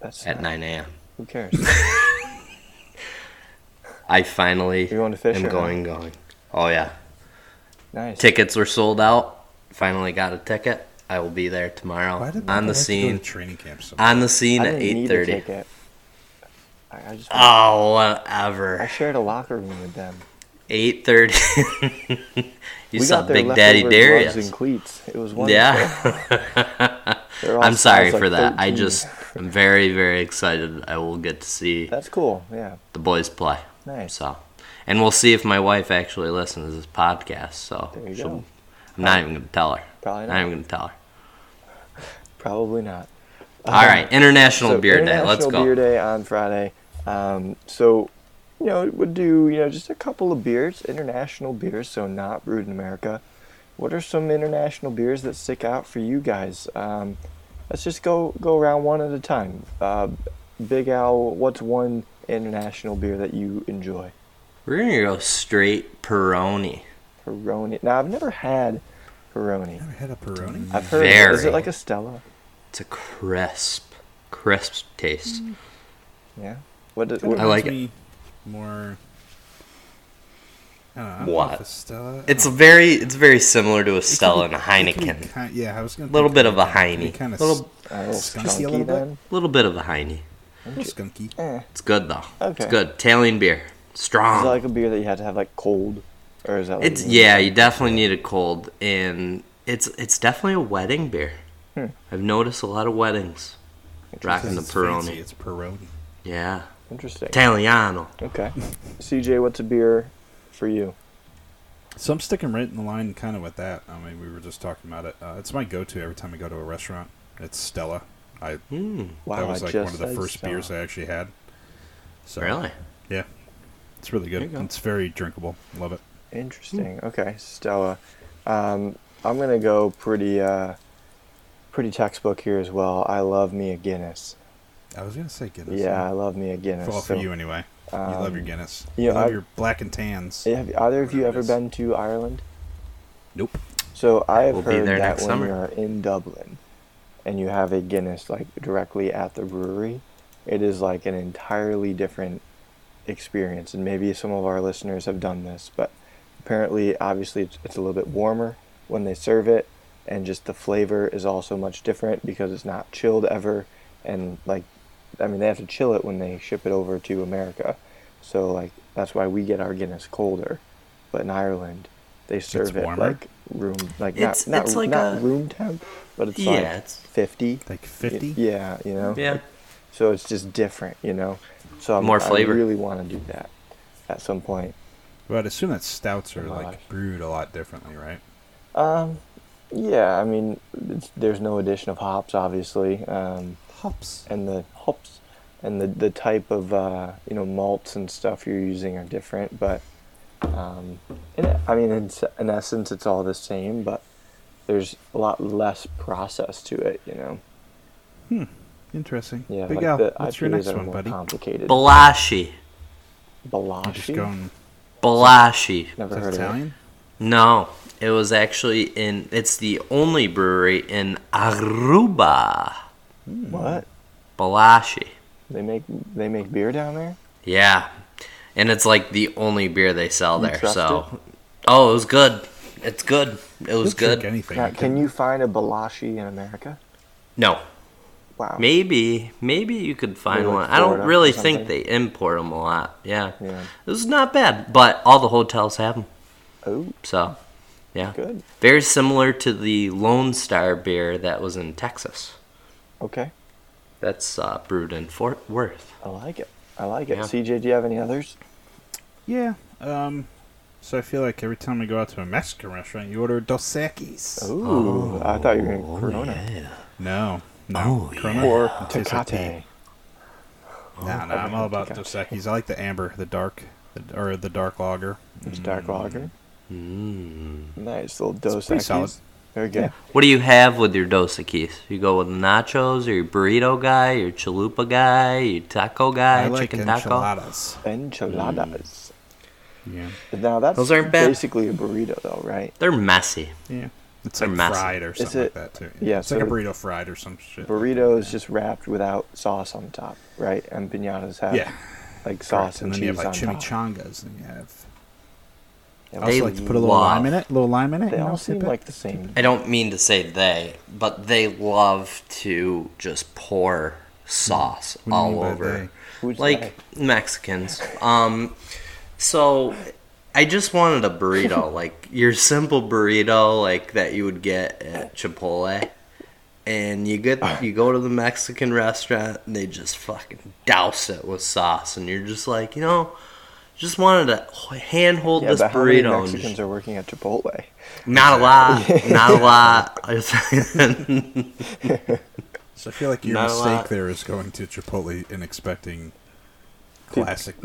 Speaker 1: That's
Speaker 2: at
Speaker 1: not-
Speaker 2: 9 a.m.
Speaker 1: Who cares?
Speaker 2: I finally
Speaker 1: You going to fish
Speaker 2: am
Speaker 1: or not?
Speaker 2: going, going. Oh, yeah.
Speaker 1: nice.
Speaker 2: Tickets were sold out. Finally got a ticket. I will be there tomorrow
Speaker 3: did
Speaker 2: on the
Speaker 3: people like to go to
Speaker 2: scene.
Speaker 3: training camp so
Speaker 2: On the scene
Speaker 1: I
Speaker 2: at
Speaker 1: didn't need a
Speaker 2: 8:30.
Speaker 1: ticket. I, I just
Speaker 2: Oh,
Speaker 1: I
Speaker 2: whatever.
Speaker 1: shared a locker room with them.
Speaker 2: 8:30. [laughs] you
Speaker 1: we
Speaker 2: saw
Speaker 1: got their
Speaker 2: Big Daddy
Speaker 1: leftover gloves
Speaker 2: Darius.
Speaker 1: and cleats. It was wonderful. [laughs]
Speaker 2: Yeah.
Speaker 1: They're all
Speaker 2: I'm sorry
Speaker 1: size, like,
Speaker 2: for that. I
Speaker 1: 13.
Speaker 2: just I'm very very excited. I will get to see
Speaker 1: That's cool. Yeah.
Speaker 2: the boys play.
Speaker 1: Nice.
Speaker 2: So, and we'll see if my wife actually listens to this podcast. So
Speaker 1: There you
Speaker 2: she'll-
Speaker 1: go.
Speaker 2: I'm not even gonna tell her.
Speaker 1: Probably
Speaker 2: Not
Speaker 1: not.
Speaker 2: even gonna tell her.
Speaker 1: Probably not.
Speaker 2: All right, International
Speaker 1: so
Speaker 2: Beer Day. Let's
Speaker 1: Uh-huh. International
Speaker 2: go.
Speaker 1: Beer Day on Friday. Um, so, you know, it would do, you know, just a couple of beers, international beers, so not brewed in America. What are some international beers that stick out for you guys? Um, let's just go go around one at a time. Uh, Big Al, what's one international beer that you enjoy?
Speaker 2: We're gonna go straight Peroni.
Speaker 1: Peroni. Now, I've never had Peroni.
Speaker 3: Never had a Peroni.
Speaker 1: I've heard. Is
Speaker 2: Very.
Speaker 1: it like a Stella?
Speaker 2: It's a crisp, crisp taste.
Speaker 1: Mm. Yeah. What? Does,
Speaker 2: I like it.
Speaker 3: me More. I don't know, I don't
Speaker 2: What?
Speaker 3: know if a Stella,
Speaker 2: It's a very, it's very similar to a Stella and a Heineken.
Speaker 3: Ki- yeah, I was gonna.
Speaker 2: Little
Speaker 3: think
Speaker 2: bit of a
Speaker 3: Heineken.
Speaker 2: Heine.
Speaker 3: Kinda
Speaker 2: Little-
Speaker 1: a little
Speaker 3: Skunky a little
Speaker 1: skunky
Speaker 3: bit.
Speaker 1: uh, then.
Speaker 2: Little bit of a Heine.
Speaker 3: a little skunky.
Speaker 1: Eh.
Speaker 2: It's good though. It's
Speaker 1: Okay.
Speaker 2: good. Italian beer, strong.
Speaker 1: Is that like a beer that you had to have like cold, or is that? Like
Speaker 2: Uh-huh. It's yeah, you definitely need a cold, and it's it's definitely a wedding beer.
Speaker 1: Hmm.
Speaker 2: I've noticed a lot of weddings rocking the
Speaker 3: It's fancy,
Speaker 2: Peroni.
Speaker 3: It's Peroni.
Speaker 2: Yeah,
Speaker 1: Interesting.
Speaker 2: Italiano.
Speaker 1: Okay. CJ, what's a beer for you?
Speaker 3: So I'm sticking right in the line, kind of with that. I mean, we were just talking about it. Uh, it's my go-to every time I go to a restaurant. It's Stella. I
Speaker 2: Mm,
Speaker 1: Wow,
Speaker 3: that was
Speaker 1: I
Speaker 3: like
Speaker 1: just
Speaker 3: one of the
Speaker 1: said
Speaker 3: first
Speaker 1: Stella.
Speaker 3: beers I actually had. So
Speaker 2: really?
Speaker 3: Yeah, it's really
Speaker 2: There
Speaker 3: good.
Speaker 2: you go.
Speaker 3: It's very drinkable. Love it.
Speaker 2: Hmm.
Speaker 1: Interesting. Okay, Stella. Um, I'm gonna go pretty uh, pretty textbook here as well. I love me a Guinness.
Speaker 3: I was gonna say Guinness.
Speaker 1: Yeah, I love me a Guinness.
Speaker 3: for, all for
Speaker 1: So-
Speaker 3: you anyway. You love your
Speaker 1: um,
Speaker 3: Guinness.
Speaker 1: you
Speaker 3: you
Speaker 1: know,
Speaker 3: love
Speaker 1: I've-
Speaker 3: your black and tans.
Speaker 1: eh, Have either of you ever
Speaker 3: Whatever it is.
Speaker 1: been to Ireland?
Speaker 3: Nope.
Speaker 1: So I have
Speaker 2: We'll be
Speaker 1: heard
Speaker 2: there
Speaker 1: that
Speaker 2: next
Speaker 1: when
Speaker 2: summer.
Speaker 1: you're in Dublin and you have a Guinness like directly at the brewery, it is like an entirely different experience. And maybe some of our listeners have done this, but apparently, obviously, it's, it's a little bit warmer when they serve it, and just the flavor is also much different because it's not chilled ever. And like, I mean, they have to chill it when they ship it over to America, so like that's why we get our Guinness colder. But in Ireland, they serve it
Speaker 3: warmer?
Speaker 1: like room like
Speaker 2: It's-
Speaker 1: not not,
Speaker 2: it's like
Speaker 1: not
Speaker 2: a-
Speaker 1: room temp, but it's
Speaker 2: Yeah,
Speaker 1: like
Speaker 2: it's-
Speaker 1: fifty.
Speaker 3: Like fifty.
Speaker 1: Yeah, you know.
Speaker 2: Yeah.
Speaker 1: So it's just different, you know. So I'm,
Speaker 2: More flavor.
Speaker 1: I really want to do that at some point.
Speaker 3: But I'd assume that stouts are
Speaker 1: Oh my
Speaker 3: like
Speaker 1: gosh.
Speaker 3: brewed a lot differently, right?
Speaker 1: Um, yeah, I mean, it's, there's no addition of hops, obviously, um,
Speaker 3: Hops.
Speaker 1: and the hops and the the type of uh, you know malts and stuff you're using are different, but um, in, I mean, in, s- in essence, it's all the same, but there's a lot less process to it, you know.
Speaker 3: Interesting.
Speaker 1: Yeah,
Speaker 3: Big
Speaker 1: like
Speaker 3: Al,
Speaker 1: the
Speaker 3: what's your
Speaker 1: IPAs
Speaker 3: next
Speaker 1: are
Speaker 3: one,
Speaker 1: more
Speaker 3: buddy?
Speaker 1: Complicated.
Speaker 2: Balashi,
Speaker 3: I'm just
Speaker 1: Balashi?
Speaker 3: going.
Speaker 2: Balashi.
Speaker 1: Never
Speaker 3: Is
Speaker 1: heard
Speaker 3: that Italian?
Speaker 2: No, it was actually in. It's the only brewery in Aruba.
Speaker 1: of it. What?
Speaker 2: Balashi.
Speaker 1: They make they make beer down there?
Speaker 2: Yeah, and it's like the only beer they sell
Speaker 1: You
Speaker 2: there.
Speaker 1: trust
Speaker 2: So, oh, it was good. It's good. It was
Speaker 3: He'll drink
Speaker 2: good.
Speaker 3: Anything.
Speaker 1: Now,
Speaker 3: I
Speaker 1: can
Speaker 3: couldn't-
Speaker 1: you find a Balashi in America?
Speaker 2: No,
Speaker 1: Wow.
Speaker 2: Maybe, maybe you could find
Speaker 1: Maybe like
Speaker 2: one. I don't
Speaker 1: Florida
Speaker 2: really
Speaker 1: or
Speaker 2: think they
Speaker 1: something.
Speaker 2: import them a lot. Yeah.
Speaker 1: Yeah.
Speaker 2: it was not bad, but all the hotels have them.
Speaker 1: Oh,
Speaker 2: So, yeah,
Speaker 1: good.
Speaker 2: very similar to the Lone Star beer that was in Texas.
Speaker 1: Okay.
Speaker 2: That's uh, brewed in Fort Worth.
Speaker 1: I like it. I like it.
Speaker 2: Yeah.
Speaker 1: CJ, do you have any others?
Speaker 3: Yeah. Um. So I feel like every time I go out to a Mexican restaurant, you order Dos Equis.
Speaker 1: Oh.
Speaker 3: Oh,
Speaker 1: Ooh, I thought you were going Corona
Speaker 2: yeah. Oh,
Speaker 3: No. No. Corona?
Speaker 1: or
Speaker 3: It tastes like
Speaker 1: Tecate. Oh,
Speaker 3: tea. Nah, nah, I'm all about
Speaker 1: Tecate.
Speaker 3: Dos Equis. I like the amber, the dark, the, or the dark lager.
Speaker 1: It's dark lager.
Speaker 2: Mm.
Speaker 1: Nice little dose.
Speaker 3: pretty solid.
Speaker 1: Equis. Very good.
Speaker 2: What do you have with your dosa keys? You go with nachos, or your burrito guy, your chalupa guy, your taco guy,
Speaker 3: I like
Speaker 2: chicken taco.
Speaker 3: enchiladas.
Speaker 1: Enchiladas.
Speaker 3: Yeah.
Speaker 1: Now that's
Speaker 2: Those aren't bad.
Speaker 1: basically a burrito, though, right?
Speaker 2: They're messy.
Speaker 3: Yeah. It's
Speaker 2: They're
Speaker 3: like
Speaker 2: massive.
Speaker 3: fried or
Speaker 1: Is
Speaker 3: something
Speaker 1: it-
Speaker 3: like that too.
Speaker 1: yeah,
Speaker 3: It's like a
Speaker 1: so-
Speaker 3: burrito fried or some shit.
Speaker 1: Burrito is just wrapped without sauce on top, right? And pinatas have
Speaker 3: Yeah.
Speaker 1: like sauce
Speaker 3: Correct. And
Speaker 1: and,
Speaker 3: then you have
Speaker 1: cheese
Speaker 3: like
Speaker 1: on top.
Speaker 3: chimichangas, and you have.
Speaker 1: Yeah,
Speaker 3: I
Speaker 2: They
Speaker 3: also like to put a little
Speaker 2: love-
Speaker 3: lime in it. A little lime in it.
Speaker 1: They
Speaker 3: you know,
Speaker 1: all
Speaker 3: sip
Speaker 1: seem
Speaker 3: it.
Speaker 1: like the same.
Speaker 2: I don't mean to say they, but they love to just pour sauce
Speaker 3: What do you mean
Speaker 2: all
Speaker 3: by
Speaker 2: over.
Speaker 3: they?
Speaker 1: Who's
Speaker 2: like Mexicans. Um so I just wanted a
Speaker 3: [laughs]
Speaker 2: burrito, like your simple burrito like that you would get at Chipotle. And you
Speaker 3: [laughs]
Speaker 2: get you go to the Mexican restaurant and they just fucking douse it with sauce and you're just like, you know, just wanted to hand hold
Speaker 1: Yeah,
Speaker 2: this
Speaker 1: but how many
Speaker 2: burrito. and just-
Speaker 1: Mexicans are working at Chipotle?
Speaker 2: Not a [laughs] lot. Not a lot. [laughs]
Speaker 3: So I feel like your
Speaker 2: Not a lot.
Speaker 3: mistake there is going to Chipotle and expecting classic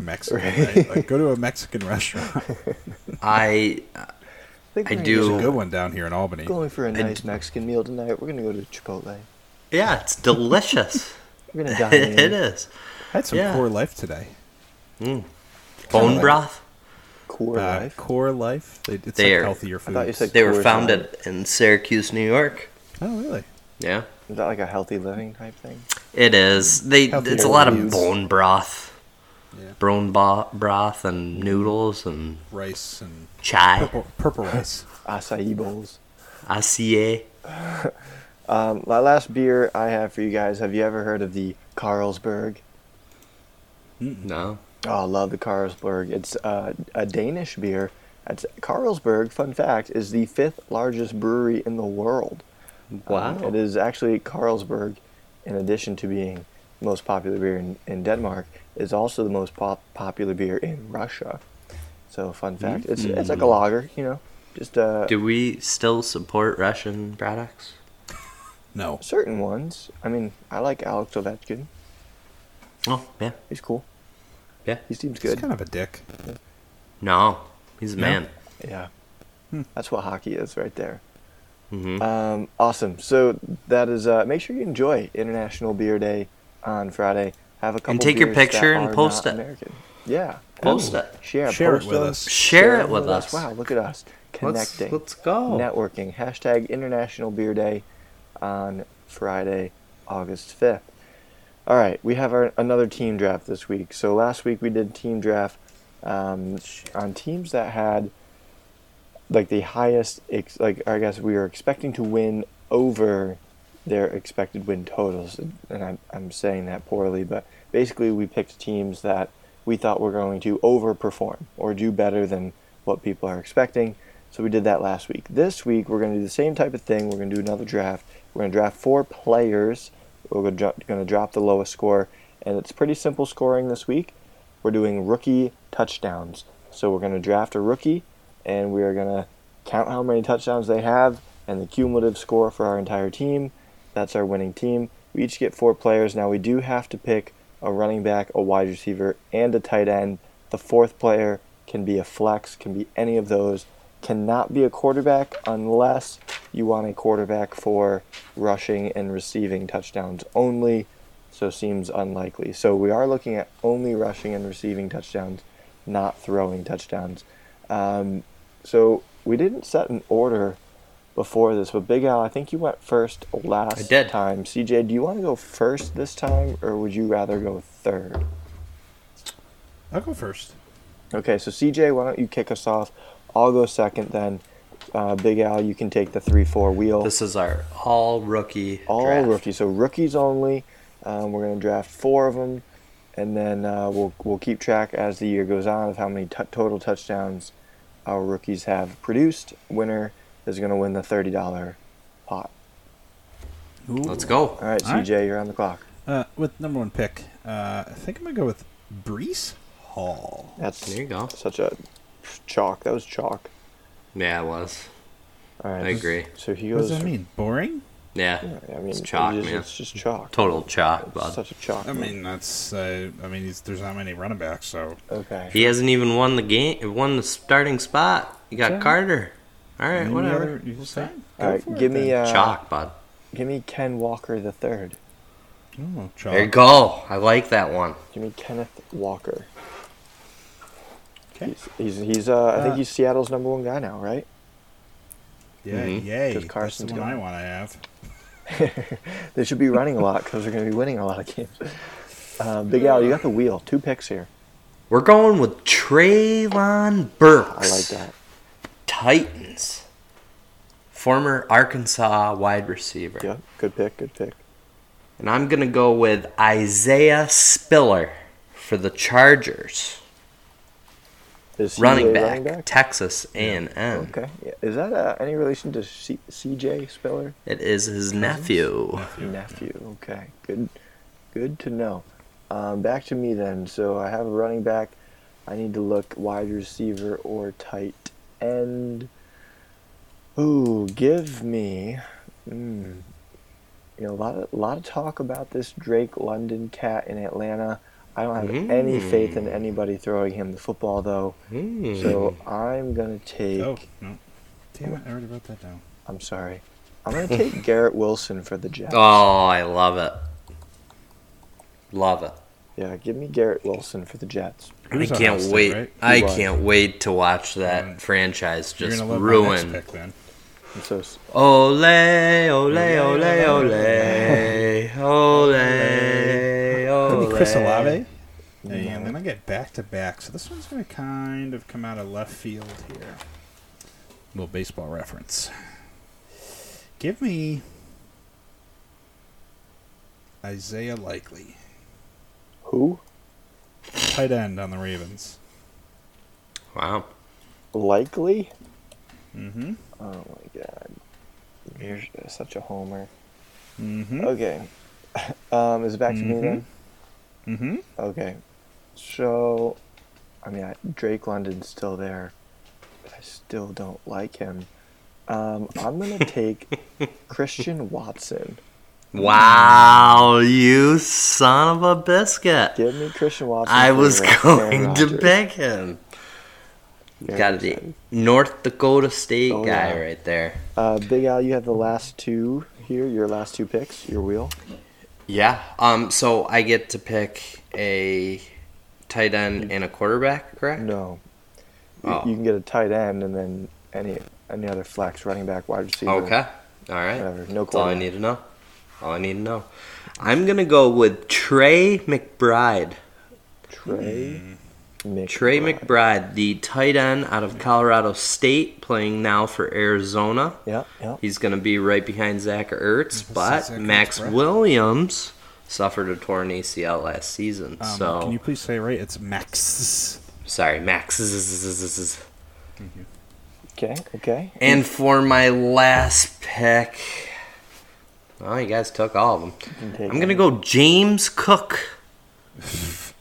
Speaker 1: [laughs]
Speaker 3: Mexican. Right? Like, go to a Mexican restaurant. [laughs]
Speaker 2: I
Speaker 1: think
Speaker 2: I
Speaker 1: we're
Speaker 3: There's
Speaker 2: do.
Speaker 3: a good one down here in Albany.
Speaker 1: going for a nice Mexican meal tonight. We're gonna go to Chipotle.
Speaker 2: yeah, it's delicious.
Speaker 1: We're gonna
Speaker 2: [laughs]
Speaker 1: dine in.
Speaker 2: it is.
Speaker 3: Had some
Speaker 2: Yeah. Mm.
Speaker 3: core life today.
Speaker 2: Bone broth.
Speaker 1: Core
Speaker 3: Uh,
Speaker 1: life.
Speaker 3: core life. They, it's like
Speaker 2: There.
Speaker 3: healthier
Speaker 1: I
Speaker 3: food.
Speaker 1: thought you said-
Speaker 2: They were
Speaker 1: Coors
Speaker 2: founded in Syracuse, New York.
Speaker 3: Oh, really?
Speaker 2: Yeah,
Speaker 1: Is that like a healthy living type thing?
Speaker 2: it is. They.
Speaker 3: Healthy
Speaker 2: It's a lot of
Speaker 3: foods.
Speaker 2: bone broth.
Speaker 3: Yeah.
Speaker 2: Bone bo- broth and noodles and
Speaker 3: Rice and
Speaker 2: [laughs] chai.
Speaker 3: purple, purple rice.
Speaker 1: Acai bowls.
Speaker 2: Acier.
Speaker 1: Um, my last beer I have for you guys. Have you ever heard of the Carlsberg?
Speaker 2: No.
Speaker 1: Oh, I love the Carlsberg. It's uh, a Danish beer. It's Carlsberg. Fun fact is the fifth largest brewery in the world.
Speaker 2: Wow.
Speaker 1: Um, it is actually Carlsberg, in addition to being the most popular beer in, in Denmark, is also the most pop- popular beer in Russia. So, fun fact, it's it's
Speaker 2: Mm.
Speaker 1: like a lager, you know, just uh,
Speaker 2: Do we still support Russian products?
Speaker 3: No.
Speaker 1: certain ones. I mean, I like Alex Ovechkin.
Speaker 2: Oh yeah,
Speaker 1: He's cool.
Speaker 2: yeah.
Speaker 1: He seems
Speaker 3: He's
Speaker 1: good.
Speaker 3: kind of a dick.
Speaker 2: No, he's a man.
Speaker 1: Yeah, that's what hockey is right there.
Speaker 2: hmm
Speaker 1: Um, awesome. So that is. Uh, make sure you enjoy International Beer Day on Friday. Have a couple.
Speaker 2: take your
Speaker 1: beers that
Speaker 2: picture and
Speaker 1: are
Speaker 2: post
Speaker 1: not
Speaker 2: it.
Speaker 1: American. Yeah,
Speaker 2: Post it.
Speaker 1: Share,
Speaker 3: Share it
Speaker 1: post
Speaker 3: with
Speaker 1: us.
Speaker 3: us.
Speaker 2: Share it with us.
Speaker 1: Wow, look at us
Speaker 2: Let's,
Speaker 1: connecting,
Speaker 2: let's go.
Speaker 1: networking. Hashtag International Beer Day on Friday, August fifth. All right, we have our, another team draft this week. So last week we did team draft um, on teams that had like the highest, ex- like I guess we were expecting to win over their expected win totals, and, and I'm I'm saying that poorly, but basically we picked teams that we thought were going to overperform or do better than what people are expecting. So we did that last week. This week we're going to do the same type of thing. We're going to do another draft. We're going to draft four players. We're going to drop, going to drop the lowest score, and it's pretty simple scoring this week. We're doing rookie touchdowns. So we're going to draft a rookie, and we are going to count how many touchdowns they have and the cumulative score for our entire team. That's our winning team. We each get four players. Now we do have to pick a running back, a wide receiver, and a tight end. The fourth player can be a flex, can be any of those. Cannot be a quarterback unless you want a quarterback for rushing and receiving touchdowns only. So seems unlikely. So we are looking at only rushing and receiving touchdowns, not throwing touchdowns. Um, so we didn't set an order before this, but Big Al, I think you went first last
Speaker 2: I did.
Speaker 1: time. CJ, do you want to go first this time, or would you rather go third?
Speaker 3: I'll go first.
Speaker 1: Okay, so CJ, why don't you kick us off? I'll go second then. Uh, Big Al, you can take the three-four wheel.
Speaker 2: This is our all rookie.
Speaker 1: all
Speaker 2: draft.
Speaker 1: rookies. So rookies only. Um, we're going to draft four of them, and then uh, we'll we'll keep track as the year goes on of how many t- total touchdowns our rookies have produced. Winner is going to win the thirty dollar pot.
Speaker 3: Ooh.
Speaker 2: Let's go.
Speaker 1: All right,
Speaker 3: All right.
Speaker 1: CJ, you're on the clock.
Speaker 3: Uh, with number one pick, uh, I think I'm gonna go with Brees Hall.
Speaker 1: That's
Speaker 2: There you go.
Speaker 1: such a chalk. That was chalk.
Speaker 2: Yeah, it was.
Speaker 1: All right,
Speaker 2: I agree.
Speaker 1: So he
Speaker 3: What
Speaker 1: goes.
Speaker 3: does that mean? Boring?
Speaker 2: Yeah,
Speaker 1: I mean,
Speaker 2: it's chalk,
Speaker 1: it's, just,
Speaker 2: man.
Speaker 1: it's just chalk.
Speaker 2: Total chalk,
Speaker 1: It's
Speaker 2: bud.
Speaker 1: such a chalk.
Speaker 3: I
Speaker 1: man.
Speaker 3: mean, that's. Uh, I mean, he's, there's not many running backs, so
Speaker 1: okay.
Speaker 2: He hasn't even won the game. Won the starting spot. You got
Speaker 3: Yeah.
Speaker 2: Carter. All right,
Speaker 3: Any
Speaker 2: whatever.
Speaker 3: other- you just say? Go
Speaker 1: All right,
Speaker 3: for it
Speaker 1: give me
Speaker 3: then.
Speaker 1: uh,
Speaker 2: chalk, bud.
Speaker 1: Give me Ken Walker the third.
Speaker 3: Oh, chalk.
Speaker 2: There you go. I like that one.
Speaker 1: Give me Kenneth Walker.
Speaker 3: Okay.
Speaker 1: He's he's, he's uh, I think
Speaker 3: Uh,
Speaker 1: he's Seattle's number one guy now, right?
Speaker 3: Yeah,
Speaker 2: Mhm.
Speaker 3: yay.
Speaker 1: 'Cause
Speaker 3: That's the
Speaker 1: Carson's
Speaker 3: one
Speaker 1: gone.
Speaker 3: I want to have.
Speaker 1: They should be running a lot because they're going to be winning a lot of games. Uh, Big Al, you got the wheel. Two picks here.
Speaker 2: We're going with Traylon Burks.
Speaker 1: I like that.
Speaker 2: Titans. Former Arkansas wide receiver.
Speaker 1: Yeah, good pick. Good pick.
Speaker 2: And I'm going to go with Isaiah Spiller for the Chargers.
Speaker 1: Is he
Speaker 2: Running
Speaker 1: a
Speaker 2: back,
Speaker 1: Running back.
Speaker 2: Texas A&M.
Speaker 1: Okay. Yeah. Is that uh, any relation to C- C.J. Spiller?
Speaker 2: It is his nephew.
Speaker 1: Nephew. Okay. Good. Good to know. Um, back to me then. So I have a running back. I need to look wide receiver or tight end. Ooh, give me. Mm, you know, a lot of lot of talk about this Drake London cat in Atlanta. I don't have any faith in anybody throwing him the football though.
Speaker 2: Hmm.
Speaker 1: So I'm gonna take.
Speaker 3: Oh no! Damn it! I already wrote that down.
Speaker 1: I'm sorry. I'm gonna take Garrett Wilson for the Jets.
Speaker 2: Oh, I love it. Love it.
Speaker 1: Yeah, give me Garrett Wilson for the Jets.
Speaker 2: I
Speaker 3: He was on
Speaker 2: can't
Speaker 3: Ohio State,
Speaker 2: wait.
Speaker 3: right?
Speaker 2: I
Speaker 1: He was.
Speaker 2: can't wait to watch that
Speaker 3: Right.
Speaker 2: franchise just
Speaker 3: You're gonna love my next
Speaker 2: ruin.
Speaker 3: pick then.
Speaker 1: I'm so s-
Speaker 2: Ole, ole, ole, ole, ole,
Speaker 3: Could be
Speaker 2: ole.
Speaker 3: Chris Olave. And then I get back to back, so this one's going to kind of come out of left field here. little baseball reference. Give me Isaiah Likely,
Speaker 1: who?
Speaker 3: tight end on the Ravens.
Speaker 2: Wow.
Speaker 1: Likely?
Speaker 3: Mm-hmm.
Speaker 1: Oh my god. You're such a homer.
Speaker 3: Mm-hmm.
Speaker 1: Okay. [laughs] Um, is it back to me then?
Speaker 3: Mm-hmm.
Speaker 1: Okay. So, I mean, I, Drake London's still there. I still don't like him. Um, I'm
Speaker 3: [laughs]
Speaker 1: going to take Christian Watson.
Speaker 2: Wow, you son of a biscuit.
Speaker 1: Give me Christian Watson.
Speaker 2: I
Speaker 1: for
Speaker 2: was
Speaker 1: Aaron
Speaker 2: [laughs] going to
Speaker 1: Rodgers.
Speaker 2: pick him.
Speaker 1: Aaron
Speaker 2: Got the
Speaker 1: Rodgers.
Speaker 2: North Dakota State
Speaker 1: Oh,
Speaker 2: guy
Speaker 1: yeah.
Speaker 2: right there.
Speaker 1: Uh, Big Al, you have the last two here, your last two picks, your wheel.
Speaker 2: Yeah. Um. So I get to pick a tight end and a quarterback, correct?
Speaker 1: Mm. No. You,
Speaker 2: Oh.
Speaker 1: you can get a tight end and then any any other flex, running back, wide receiver.
Speaker 2: Okay. All right.
Speaker 1: Whatever. No
Speaker 2: That's all I
Speaker 1: quarterback.
Speaker 2: need to know. All I need to know. I'm gonna go with Trey McBride.
Speaker 1: Trey McBride.
Speaker 2: Trey McBride, the tight end out of Colorado State, playing now for Arizona.
Speaker 1: Yeah, yeah.
Speaker 2: He's going to be right behind Zach Ertz, but
Speaker 3: Mm-hmm. Zach Ertz,
Speaker 2: Max
Speaker 3: right.
Speaker 2: Williams suffered a torn ACL last season.
Speaker 3: Um,
Speaker 2: so
Speaker 3: Can you please say it right? It's Max. [laughs]
Speaker 2: sorry, Max. is-
Speaker 3: Thank you.
Speaker 1: Okay, okay.
Speaker 2: And for my last pick, oh, you guys took all of them.
Speaker 1: take
Speaker 2: I'm gonna go James Cook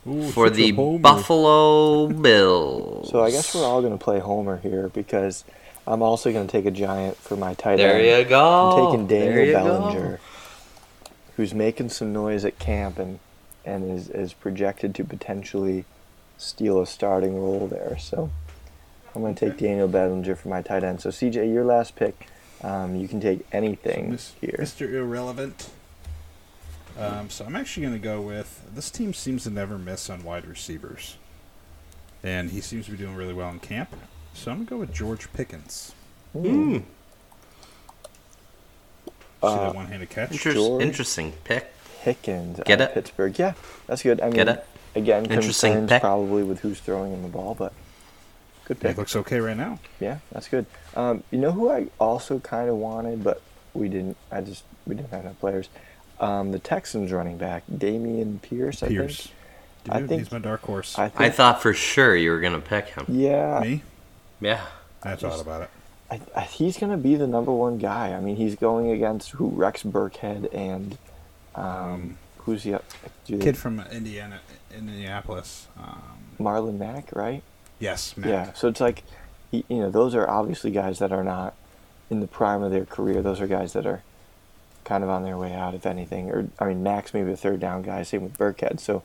Speaker 3: Ooh,
Speaker 2: for
Speaker 3: such a
Speaker 2: the
Speaker 3: homer.
Speaker 2: Buffalo Bills.
Speaker 1: So I guess we're all going to play Homer here because I'm also going to take a giant for my tight
Speaker 2: There
Speaker 1: end.
Speaker 2: you go.
Speaker 1: I'm taking
Speaker 2: Oh, There you
Speaker 1: Daniel
Speaker 2: go.
Speaker 1: Bellinger, who's making some noise at camp and, and is, is projected to potentially steal a starting role there. So I'm going to take Daniel Bellinger for my tight end. So, CJ, your last pick, um, you can take anything
Speaker 3: Mis-
Speaker 1: here.
Speaker 3: Mr. Irrelevant. Um, so I'm actually going to go with this team seems to never miss on wide receivers, and he seems to be doing really well in camp. So I'm going to go with George Pickens.
Speaker 2: Mm,
Speaker 3: See
Speaker 1: Hmm. Uh,
Speaker 3: that one-handed catch?
Speaker 2: interest-
Speaker 1: George.
Speaker 2: interesting pick.
Speaker 1: Hickens
Speaker 2: Get
Speaker 1: out of
Speaker 2: it?
Speaker 1: Pittsburgh. Yeah, that's good. I mean,
Speaker 2: Get it?
Speaker 1: again,
Speaker 2: Interesting
Speaker 1: concerns
Speaker 2: pick.
Speaker 1: probably with who's throwing him the ball, but good
Speaker 3: He
Speaker 1: pick.
Speaker 3: looks okay right now.
Speaker 1: Yeah, that's good. Um, you know who I also kind of wanted, but we didn't. I just we didn't have enough players. Um, the Texans running back Damian Pierce. I
Speaker 3: Pierce.
Speaker 1: think.
Speaker 3: Dude,
Speaker 1: I think-
Speaker 3: he's my dark horse.
Speaker 1: I think.
Speaker 2: I thought for sure you were gonna pick him.
Speaker 1: yeah,
Speaker 3: Me?
Speaker 2: Yeah.
Speaker 3: I thought about it.
Speaker 1: I, I, he's going to be the number one guy. I mean, he's going against who? Rex Burkhead and um, who's the oth- do they-
Speaker 3: Kid from Indiana, Indianapolis. Um,
Speaker 1: Marlon Mack, right?
Speaker 3: yes, Matt.
Speaker 1: Yeah. So it's like, y- you know, those are obviously guys that are not in the prime of their career. Those are guys that are kind of on their way out, if anything. Or I mean, Max maybe a third down guy. Same with Burkhead. So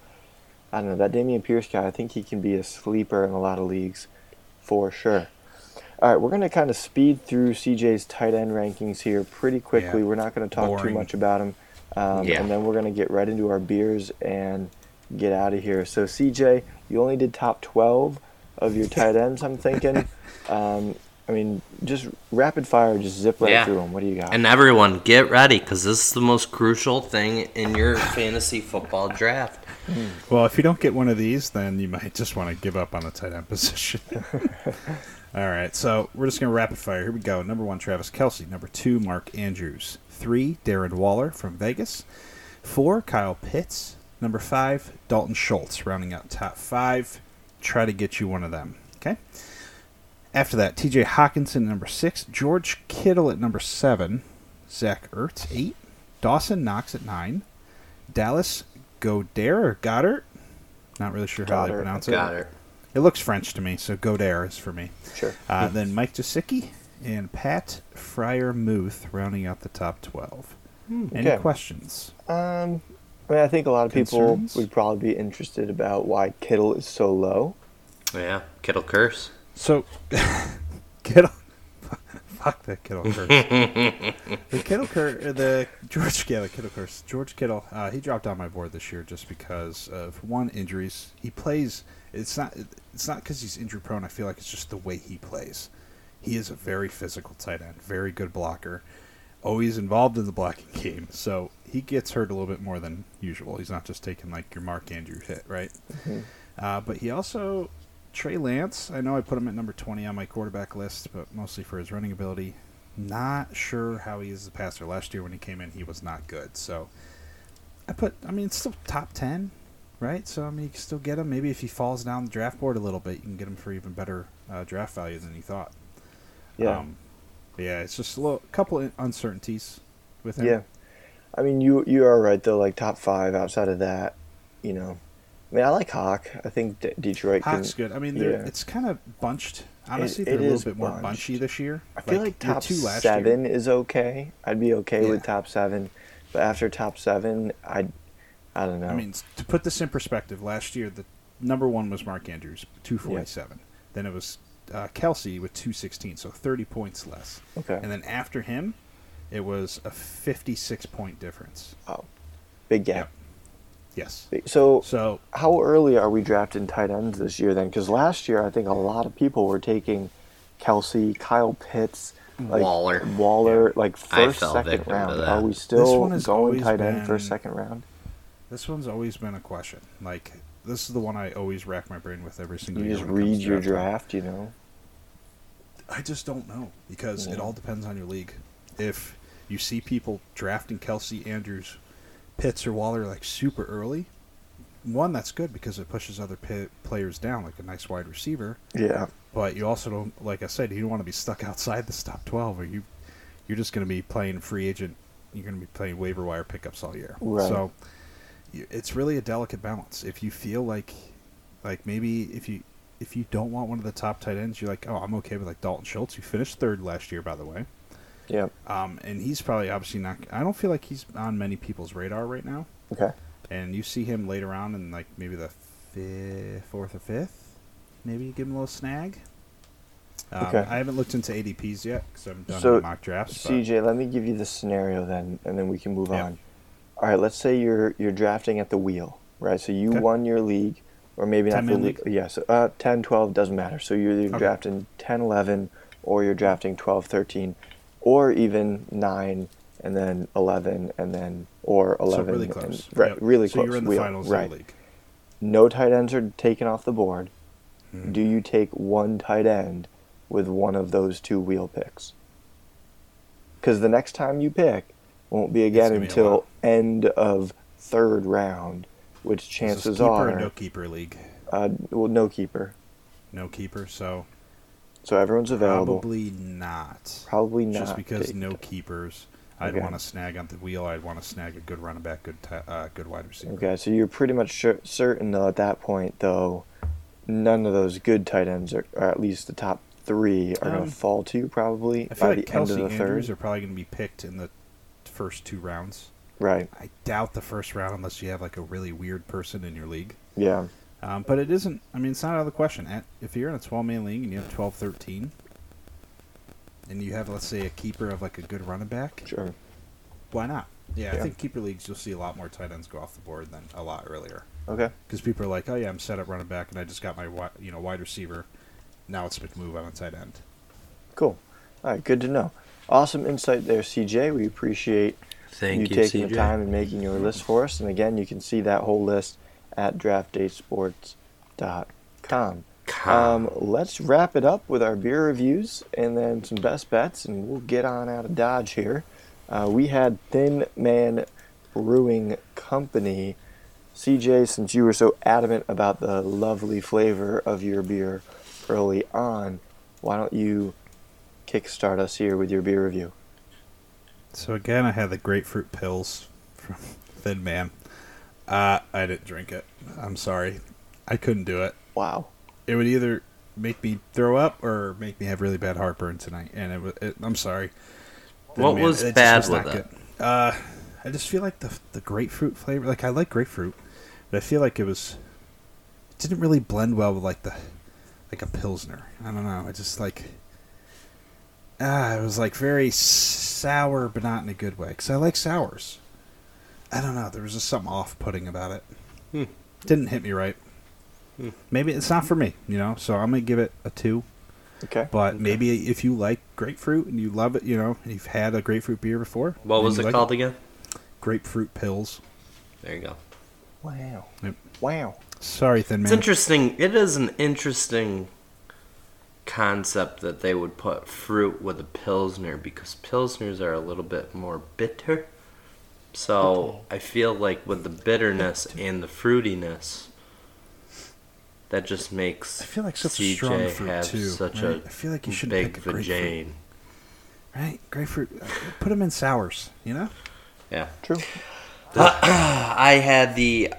Speaker 1: I don't know that Damian Pierce guy. I think he can be a sleeper in a lot of leagues for sure. All right, we're going to kind of speed through CJ's tight end rankings here pretty quickly.
Speaker 3: Yeah.
Speaker 1: We're not going to talk too
Speaker 3: Boring.
Speaker 1: much about him. Um,
Speaker 2: Yeah.
Speaker 1: And then we're going to get right into our beers and get out of here. So, CJ, you only did top 12 of your
Speaker 2: [laughs]
Speaker 1: tight ends, I'm thinking. um, I mean, just rapid fire, just zip right
Speaker 2: Yeah.
Speaker 1: through them. What do you got?
Speaker 2: And everyone, get ready because this is the most crucial thing in your fantasy football draft.
Speaker 3: Well, if you don't get one of these, then you might just want to give up on the tight end [laughs] position. All right, so we're just going to rapid fire. Here we go. Number one, Travis Kelsey. Number two, Mark Andrews. Three, Darren Waller from Vegas. Four, Kyle Pitts. Number five, Dalton Schultz, rounding out top five. Try to get you one of them. Okay. After that, TJ Hawkinson, number six. George Kittle at number seven. Zach Ertz, eight. Dawson Knox at nine. Dallas Goddard or Goddard? Not really sure how they
Speaker 1: Goddard.
Speaker 3: pronounce it.
Speaker 2: Got it.
Speaker 3: It looks French to me, so Godare is for me.
Speaker 1: Sure.
Speaker 3: Uh, then Mike Jasicki and Pat Fryer Muth rounding out the top 12. Any
Speaker 1: Hmm, Okay.
Speaker 3: questions?
Speaker 1: Um, I mean, I think a lot of people
Speaker 3: Concerns?
Speaker 1: would probably be interested about why Kittle is so low.
Speaker 2: Yeah, Kittle curse.
Speaker 3: So, [laughs] Kittle, [laughs] fuck the Kittle curse. the Kittle curse, the George Kittle, Kittle curse. George Kittle, uh, he dropped on my board this year just because of one injuries. He plays. It's not. It's not because he's injury prone. I feel like it's just the way he plays. He is a very physical tight end, very good blocker, always involved in the blocking [laughs] game. So he gets hurt a little bit more than usual. He's not just taking like your Mark Andrews hit, right? Uh, but he also Trey Lance. I know I put him at number twenty on my quarterback list, but mostly for his running ability. Not sure how he is as a passer. Last year when he came in, he was not good. So I put. I mean, it's still top ten, right? So I mean, you can still get him. Maybe if he falls down the draft board a little bit, you can get him for even better uh, draft value than you thought.
Speaker 1: Yeah.
Speaker 3: Um, but yeah, it's just a little, couple of uncertainties with him.
Speaker 1: Yeah, I mean you you are right though. Like top five outside of that, you know. I mean, I like Hawk. I think De- Detroit. Can,
Speaker 3: Hawk's good. I mean, they're
Speaker 1: yeah.
Speaker 3: it's kind of bunched. Honestly,
Speaker 1: it
Speaker 3: they're a
Speaker 1: is
Speaker 3: little bit more
Speaker 1: bunched.
Speaker 3: bunchy this year.
Speaker 1: I feel like,
Speaker 3: year
Speaker 1: top
Speaker 3: two last year-
Speaker 1: seven is okay. I'd be okay with
Speaker 3: Yeah.
Speaker 1: top seven, but after top seven, I, I don't know.
Speaker 3: I mean, s- to put this in perspective, last year the number one was Mark Andrews, two forty-seven. Then it was uh, Kelsey with two sixteen, so thirty points less.
Speaker 1: Okay.
Speaker 3: And then after him, it was a fifty-six point difference.
Speaker 1: oh, big gap.
Speaker 3: Yes.
Speaker 1: Big- So,
Speaker 3: So
Speaker 1: how early are we drafting tight ends this year then? Because last year, I think a lot of people were taking Kelsey, Kyle Pitts, like
Speaker 2: Waller.
Speaker 1: Waller, like
Speaker 2: I
Speaker 1: first,
Speaker 2: fell
Speaker 1: second
Speaker 2: victim to
Speaker 1: round.
Speaker 2: that.
Speaker 1: Are we
Speaker 2: This
Speaker 1: still
Speaker 3: one has
Speaker 1: going
Speaker 3: always
Speaker 1: tight end first,
Speaker 3: been-
Speaker 1: second round?
Speaker 3: this one's always been a question. Like this is the one I always rack my brain with every single
Speaker 1: You
Speaker 3: year.
Speaker 1: just
Speaker 3: when it comes
Speaker 1: read
Speaker 3: to
Speaker 1: your
Speaker 3: draft time.
Speaker 1: draft, you know.
Speaker 3: I just don't know because it
Speaker 1: Yeah.
Speaker 3: all depends on your league. If you see people drafting Kelsey, Andrews, Pitts, or Waller like super early, one that's good because it pushes other pi players down, like a nice wide receiver.
Speaker 1: Yeah.
Speaker 3: But you also don't, like I said, you don't want to be stuck outside this top twelve, or you you're just going to be playing free agent. You're going to be playing waiver wire pickups all year.
Speaker 1: Right.
Speaker 3: So you- it's really a delicate balance. If you feel like like maybe if you if you don't want one of the top tight ends, you're like, oh, I'm okay with like Dalton Schultz, who finished third last year, by the way.
Speaker 1: Yeah.
Speaker 3: Um, and he's probably obviously not. I don't feel like he's on many people's radar right now.
Speaker 1: Okay.
Speaker 3: And you see him later on in like maybe the fifth, fourth or fifth. Maybe you give him a little snag. Um,
Speaker 1: Okay.
Speaker 3: I haven't looked into ADPs yet because I'm done
Speaker 1: So,
Speaker 3: with mock drafts. but-
Speaker 1: CJ, let me give you the scenario then, and then we can move
Speaker 3: Yeah.
Speaker 1: on. All right, let's say you're you're drafting at the wheel, right? So you
Speaker 3: Okay.
Speaker 1: won your league, or maybe not the
Speaker 3: 10-man
Speaker 1: league. Yeah, so uh, 10, 12, doesn't matter. So you're either
Speaker 3: Okay.
Speaker 1: drafting 10, 11, or you're drafting 12, 13, or even 9, and then 11, and then, or 11.
Speaker 3: so really
Speaker 1: and-
Speaker 3: close.
Speaker 1: right,
Speaker 3: Yep.
Speaker 1: really
Speaker 3: so
Speaker 1: close.
Speaker 3: you're in the
Speaker 1: wheel,
Speaker 3: finals
Speaker 1: right.
Speaker 3: of the league.
Speaker 1: No tight ends are taken off the board.
Speaker 3: Hmm.
Speaker 1: Do you take one tight end with one of those two wheel picks? Because the next time you pick won't be again
Speaker 3: gonna be a
Speaker 1: until
Speaker 3: lot.
Speaker 1: end of third round, which
Speaker 3: Is this
Speaker 1: chances
Speaker 3: keeper
Speaker 1: are
Speaker 3: or no keeper league,
Speaker 1: uh, well, no keeper.
Speaker 3: no keeper. So
Speaker 1: So everyone's available. Probably,
Speaker 3: probably not.
Speaker 1: not.
Speaker 3: just because
Speaker 1: take-
Speaker 3: no keepers. I'd
Speaker 1: Okay.
Speaker 3: want to snag on the wheel. I'd want to snag a good running back, good ti uh, good wide receiver.
Speaker 1: Okay, so you're pretty much sure, certain though at that point though, none of those good tight ends are, or at least the top three are
Speaker 3: Um,
Speaker 1: going to fall to you probably
Speaker 3: I
Speaker 1: by
Speaker 3: feel like
Speaker 1: the
Speaker 3: Kelsey
Speaker 1: end of the
Speaker 3: Andrews
Speaker 1: third.
Speaker 3: are probably going to be picked in the first two rounds.
Speaker 1: Right.
Speaker 3: I doubt the first round unless you have like a really weird person in your league.
Speaker 1: Yeah.
Speaker 3: Um, but it isn't. I mean, it's not out of the question. At, if you're in a 12 man league and you have 12, 13, and you have let's say a keeper of like a good running back,
Speaker 1: Sure.
Speaker 3: why not? Yeah,
Speaker 1: Yeah.
Speaker 3: I think keeper leagues you'll see a lot more tight ends go off the board than a lot earlier.
Speaker 1: Okay.
Speaker 3: because people are like, "Oh yeah, I'm set up running back, and I just got my wi- you know wide receiver. Now it's big move on a tight end."
Speaker 1: Cool. All right. Good to know. Awesome insight there, CJ. We appreciate
Speaker 2: Thank you,
Speaker 1: taking the
Speaker 2: CJ.
Speaker 1: time and making your list for us. And again, you can see that whole list at draftdaysports.com.
Speaker 2: Com.
Speaker 1: Um, let's wrap it up with our beer reviews and then some best bets, and we'll get on out of Dodge here. Uh, we had Thin Man Brewing Company. CJ, since you were so adamant about the lovely flavor of your beer early on, why don't you kickstart us here with your beer review?
Speaker 3: So again, I had the grapefruit pills from [laughs] Thin Man. Uh, I didn't drink it. I'm sorry, I couldn't do it.
Speaker 1: Wow.
Speaker 3: It would either make me throw up or make me have really bad heartburn tonight. And it, wa- it I'm sorry. Thin
Speaker 2: What was
Speaker 3: it just
Speaker 2: bad
Speaker 3: not
Speaker 2: with it?
Speaker 3: good. Uh, I just feel like the the grapefruit flavor. Like I like grapefruit, but I feel like it was it didn't really blend well with like the like a pilsner. I don't know. I just like ah, it was like very sour, but not in a good way. Cause I like sours. I don't know. There was just something off-putting about it.
Speaker 2: Hmm.
Speaker 3: Didn't hit me right.
Speaker 2: Hmm.
Speaker 3: Maybe it's not for me, you know. So I'm gonna give it a two.
Speaker 1: Okay.
Speaker 3: But maybe if you like grapefruit and you love it, you know, and you've had a grapefruit beer before.
Speaker 2: What
Speaker 3: and
Speaker 2: was
Speaker 3: you
Speaker 2: it
Speaker 3: like
Speaker 2: called again?
Speaker 3: Grapefruit pills.
Speaker 2: There you go.
Speaker 1: Wow.
Speaker 3: Yep.
Speaker 1: Wow.
Speaker 3: Sorry, thin
Speaker 2: It's
Speaker 3: man.
Speaker 2: interesting. It is an interesting concept that they would put fruit with a pilsner because pilsners are a little bit more bitter. So I feel like with the bitterness and the fruitiness, that just makes
Speaker 3: I feel like such a strong fruit
Speaker 2: have
Speaker 3: too.
Speaker 2: such
Speaker 3: right?
Speaker 2: a
Speaker 3: I feel like you should
Speaker 2: big
Speaker 3: pick a grapefruit.
Speaker 2: vagina.
Speaker 3: Right, grapefruit. uh, Put them in sours. You know,
Speaker 2: Yeah.
Speaker 1: True.
Speaker 2: [clears throat] I had the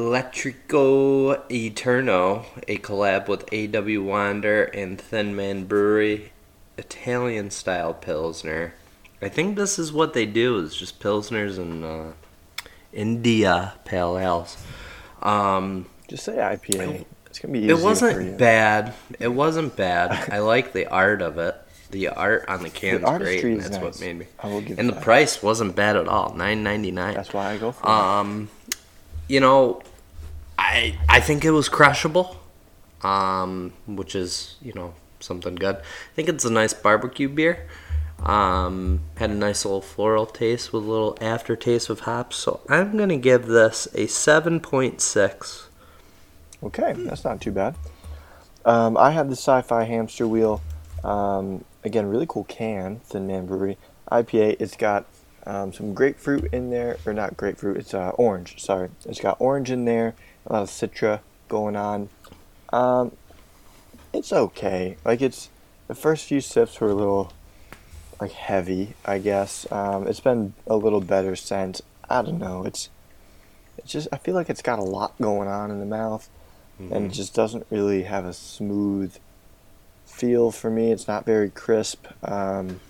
Speaker 2: Electrico Eterno, a collab with A.W. Wander and Thin Man Brewery, Italian style Pilsner. I think this is what they do is just Pilsners and uh, India Pale Ales. Um,
Speaker 1: Just say IPA. It's gonna be easy.
Speaker 2: it
Speaker 1: for you.
Speaker 2: wasn't bad. It
Speaker 1: [laughs]
Speaker 2: wasn't bad. I like the art of it. The art on the can's great.
Speaker 1: artistry
Speaker 2: And
Speaker 1: is
Speaker 2: that's what
Speaker 1: nice.
Speaker 2: made me.
Speaker 1: I will give
Speaker 2: And
Speaker 1: you
Speaker 2: the
Speaker 1: that.
Speaker 2: price wasn't bad at all. Nine ninety nine.
Speaker 1: That's why I go for it.
Speaker 2: Um, you know, I I think it was crushable, um, which is you know something good. I think it's a nice barbecue beer. Um, had a nice little floral taste with a little aftertaste of hops. So I'm gonna give this a seven point six.
Speaker 1: Okay, that's not too bad. Um, I had the Sci-Fi Hamster Wheel. Um, again, really cool can, Thin Man Brewery IPA. It's got um, some grapefruit in there, or not grapefruit. It's uh, orange. Sorry, it's got orange in there. A lot of citra going on. Um, it's okay. Like it's the first few sips were a little like heavy, I guess. Um, it's been a little better since. I don't know. It's it's just I feel like it's got a lot going on in the mouth and it just doesn't really have a smooth feel for me. It's not very crisp. Um,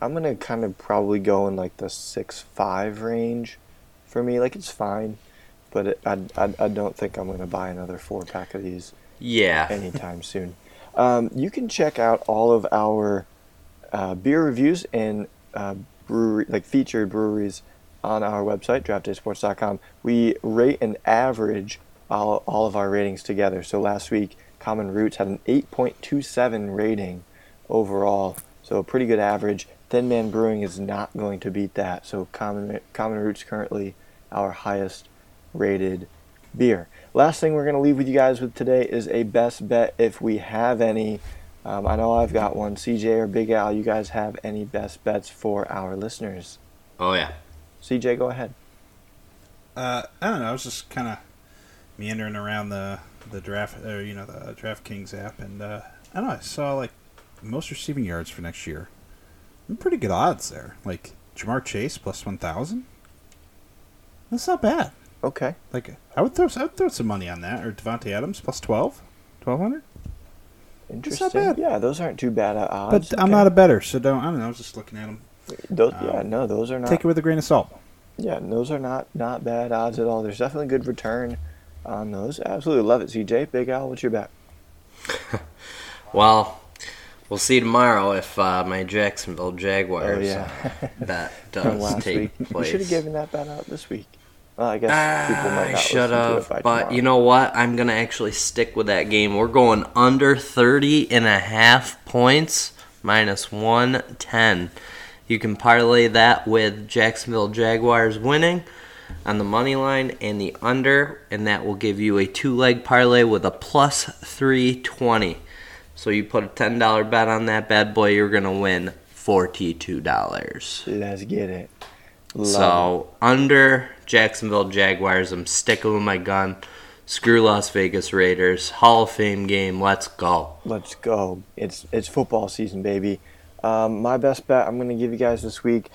Speaker 1: I'm gonna kind of probably go in like the six five range for me. Like it's fine, but it, I, I I don't think I'm gonna buy another four pack of these
Speaker 2: Yeah,
Speaker 1: anytime soon. Um, you can check out all of our uh, beer reviews and uh, brewery, like featured breweries on our website, draftdaysports.com. We rate and average all, all of our ratings together. So last week, Common Roots had an 8.27 rating overall, so a pretty good average. Thin Man Brewing is not going to beat that. So Common, Common Roots currently our highest rated beer. Last thing we're going to leave with you guys with today is a best bet if we have any. Um, I know I've got one. CJ or Big Al, you guys have any best bets for our listeners?
Speaker 2: oh yeah.
Speaker 1: CJ, go ahead.
Speaker 3: uh, I don't know. I was just kind of meandering around the the draft, or you know, the DraftKings app, and uh, I don't know. I saw like most receiving yards for next year. Pretty good odds there. Like Jamar Chase plus one thousand. That's not bad.
Speaker 1: Okay.
Speaker 3: Like I would throw, I would throw some money on that, or Devontae Adams plus twelve. 1200
Speaker 1: Interesting.
Speaker 3: bad.
Speaker 1: Yeah, those aren't too bad at
Speaker 3: but
Speaker 1: odds.
Speaker 3: i'm
Speaker 1: Okay.
Speaker 3: not a better so don't i don't know i was just looking at them
Speaker 1: Those,
Speaker 2: Um,
Speaker 1: yeah, no, those are not.
Speaker 3: take it with a grain of salt
Speaker 1: Yeah, and those are not not bad odds at all. There's definitely good return on those. Absolutely love it, CJ. Big Al, what's your bet?
Speaker 2: Well, we'll see tomorrow if uh, my Jacksonville Jaguars
Speaker 1: Oh, yeah.
Speaker 2: uh, [laughs] that
Speaker 1: [laughs] From
Speaker 2: does
Speaker 1: last
Speaker 2: take
Speaker 1: week. You
Speaker 2: place.
Speaker 1: should have given that bet out this week. Well, I guess people might
Speaker 2: I
Speaker 1: not listen
Speaker 2: should
Speaker 1: to
Speaker 2: have,
Speaker 1: it by
Speaker 2: but
Speaker 1: tomorrow.
Speaker 2: you know what? I'm going to actually stick with that game. We're going under 30 and a half points, minus 110. You can parlay that with Jacksonville Jaguars winning on the money line and the under, and that will give you a two leg parlay with a plus 320. So you put a $10 bet on that bad boy, you're going to win $42.
Speaker 1: Let's get it. Love it.
Speaker 2: So under Jacksonville Jaguars, I'm sticking with my gun. Screw Las Vegas Raiders. Hall of Fame game. Let's go.
Speaker 1: Let's go. It's it's football season, baby. Um, my best bet I'm going to give you guys this week.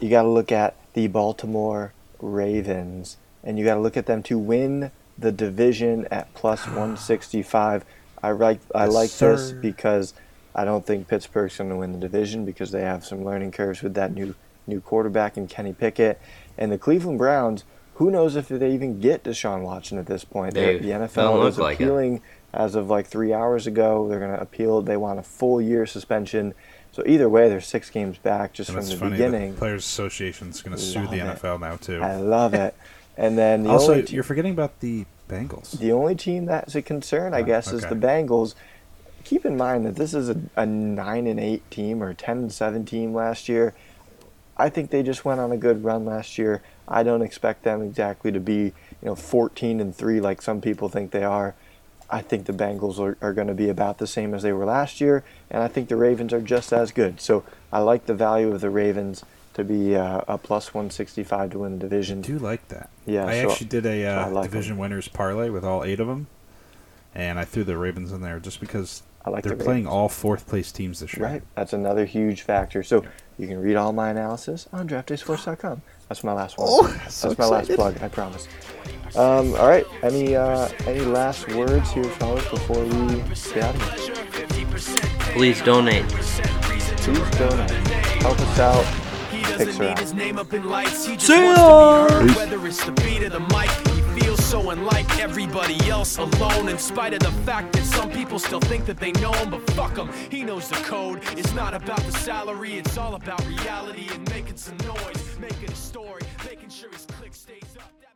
Speaker 1: You got to look at the Baltimore Ravens, and you got to look at them to win the division at
Speaker 2: [sighs]
Speaker 1: plus 165. I like I
Speaker 3: Yes,
Speaker 1: like this
Speaker 3: sir.
Speaker 1: because I don't think Pittsburgh's going to win the division because they have some learning curves with that new new quarterback in Kenny Pickett, and the Cleveland Browns. Who knows if they even get Deshaun Watson at this point?
Speaker 2: They
Speaker 1: The- the
Speaker 2: don't
Speaker 1: NFL
Speaker 2: look
Speaker 1: is
Speaker 2: like it.
Speaker 1: appealing as of like three hours ago. They're going to appeal. They want a full year suspension. So either way, they're six games back just
Speaker 3: And
Speaker 1: from
Speaker 3: that's
Speaker 1: the
Speaker 3: funny.
Speaker 1: beginning.
Speaker 3: The Players Association's going to sue
Speaker 1: Love
Speaker 3: the
Speaker 1: it.
Speaker 3: NFL now too.
Speaker 1: I love it. And then the
Speaker 3: also,
Speaker 1: only te-
Speaker 3: you're forgetting about the Bengals.
Speaker 1: the only team that's a concern, I
Speaker 3: Uh,
Speaker 1: guess, is
Speaker 3: okay.
Speaker 1: the Bengals. Keep in mind that this is a, a nine and eight team or ten and seven team last year. I think they just went on a good run last year. I don't expect them exactly to be, you know, fourteen and three like some people think they are. I think the Bengals are, are going to be about the same as they were last year, and I think the Ravens are just as good. So I like the value of the Ravens to be uh, a plus one sixty five to win the
Speaker 3: I
Speaker 1: division.
Speaker 3: do like that.
Speaker 1: Yeah,
Speaker 3: I
Speaker 1: so-
Speaker 3: actually did a
Speaker 1: so I
Speaker 3: uh,
Speaker 1: like 'em.
Speaker 3: division winners parlay with all eight of them, and I threw the Ravens in there just because
Speaker 1: I like
Speaker 3: they're
Speaker 1: the
Speaker 3: playing
Speaker 1: Ravens.
Speaker 3: all fourth place teams this year.
Speaker 1: Right. That's another huge factor. So you can read all my analysis on draftdaysports.com. That's my last one. That's my last plug, I promise. Um, all right. Any uh, any last words here, fellas, before we get out of here?
Speaker 2: Please donate.
Speaker 1: Please donate. Help us out.
Speaker 6: He doesn't
Speaker 1: Picture
Speaker 6: need
Speaker 1: out.
Speaker 6: his name up in lights. He just
Speaker 2: See
Speaker 6: wants to
Speaker 2: ya.
Speaker 6: be heard, whether it's the beat or the mic. He feels so unlike everybody else alone, in spite of the fact that some people still think that they know him. But fuck him, he knows the code. It's not about the salary, it's all about reality and making some noise, making a story, making sure his click stays up.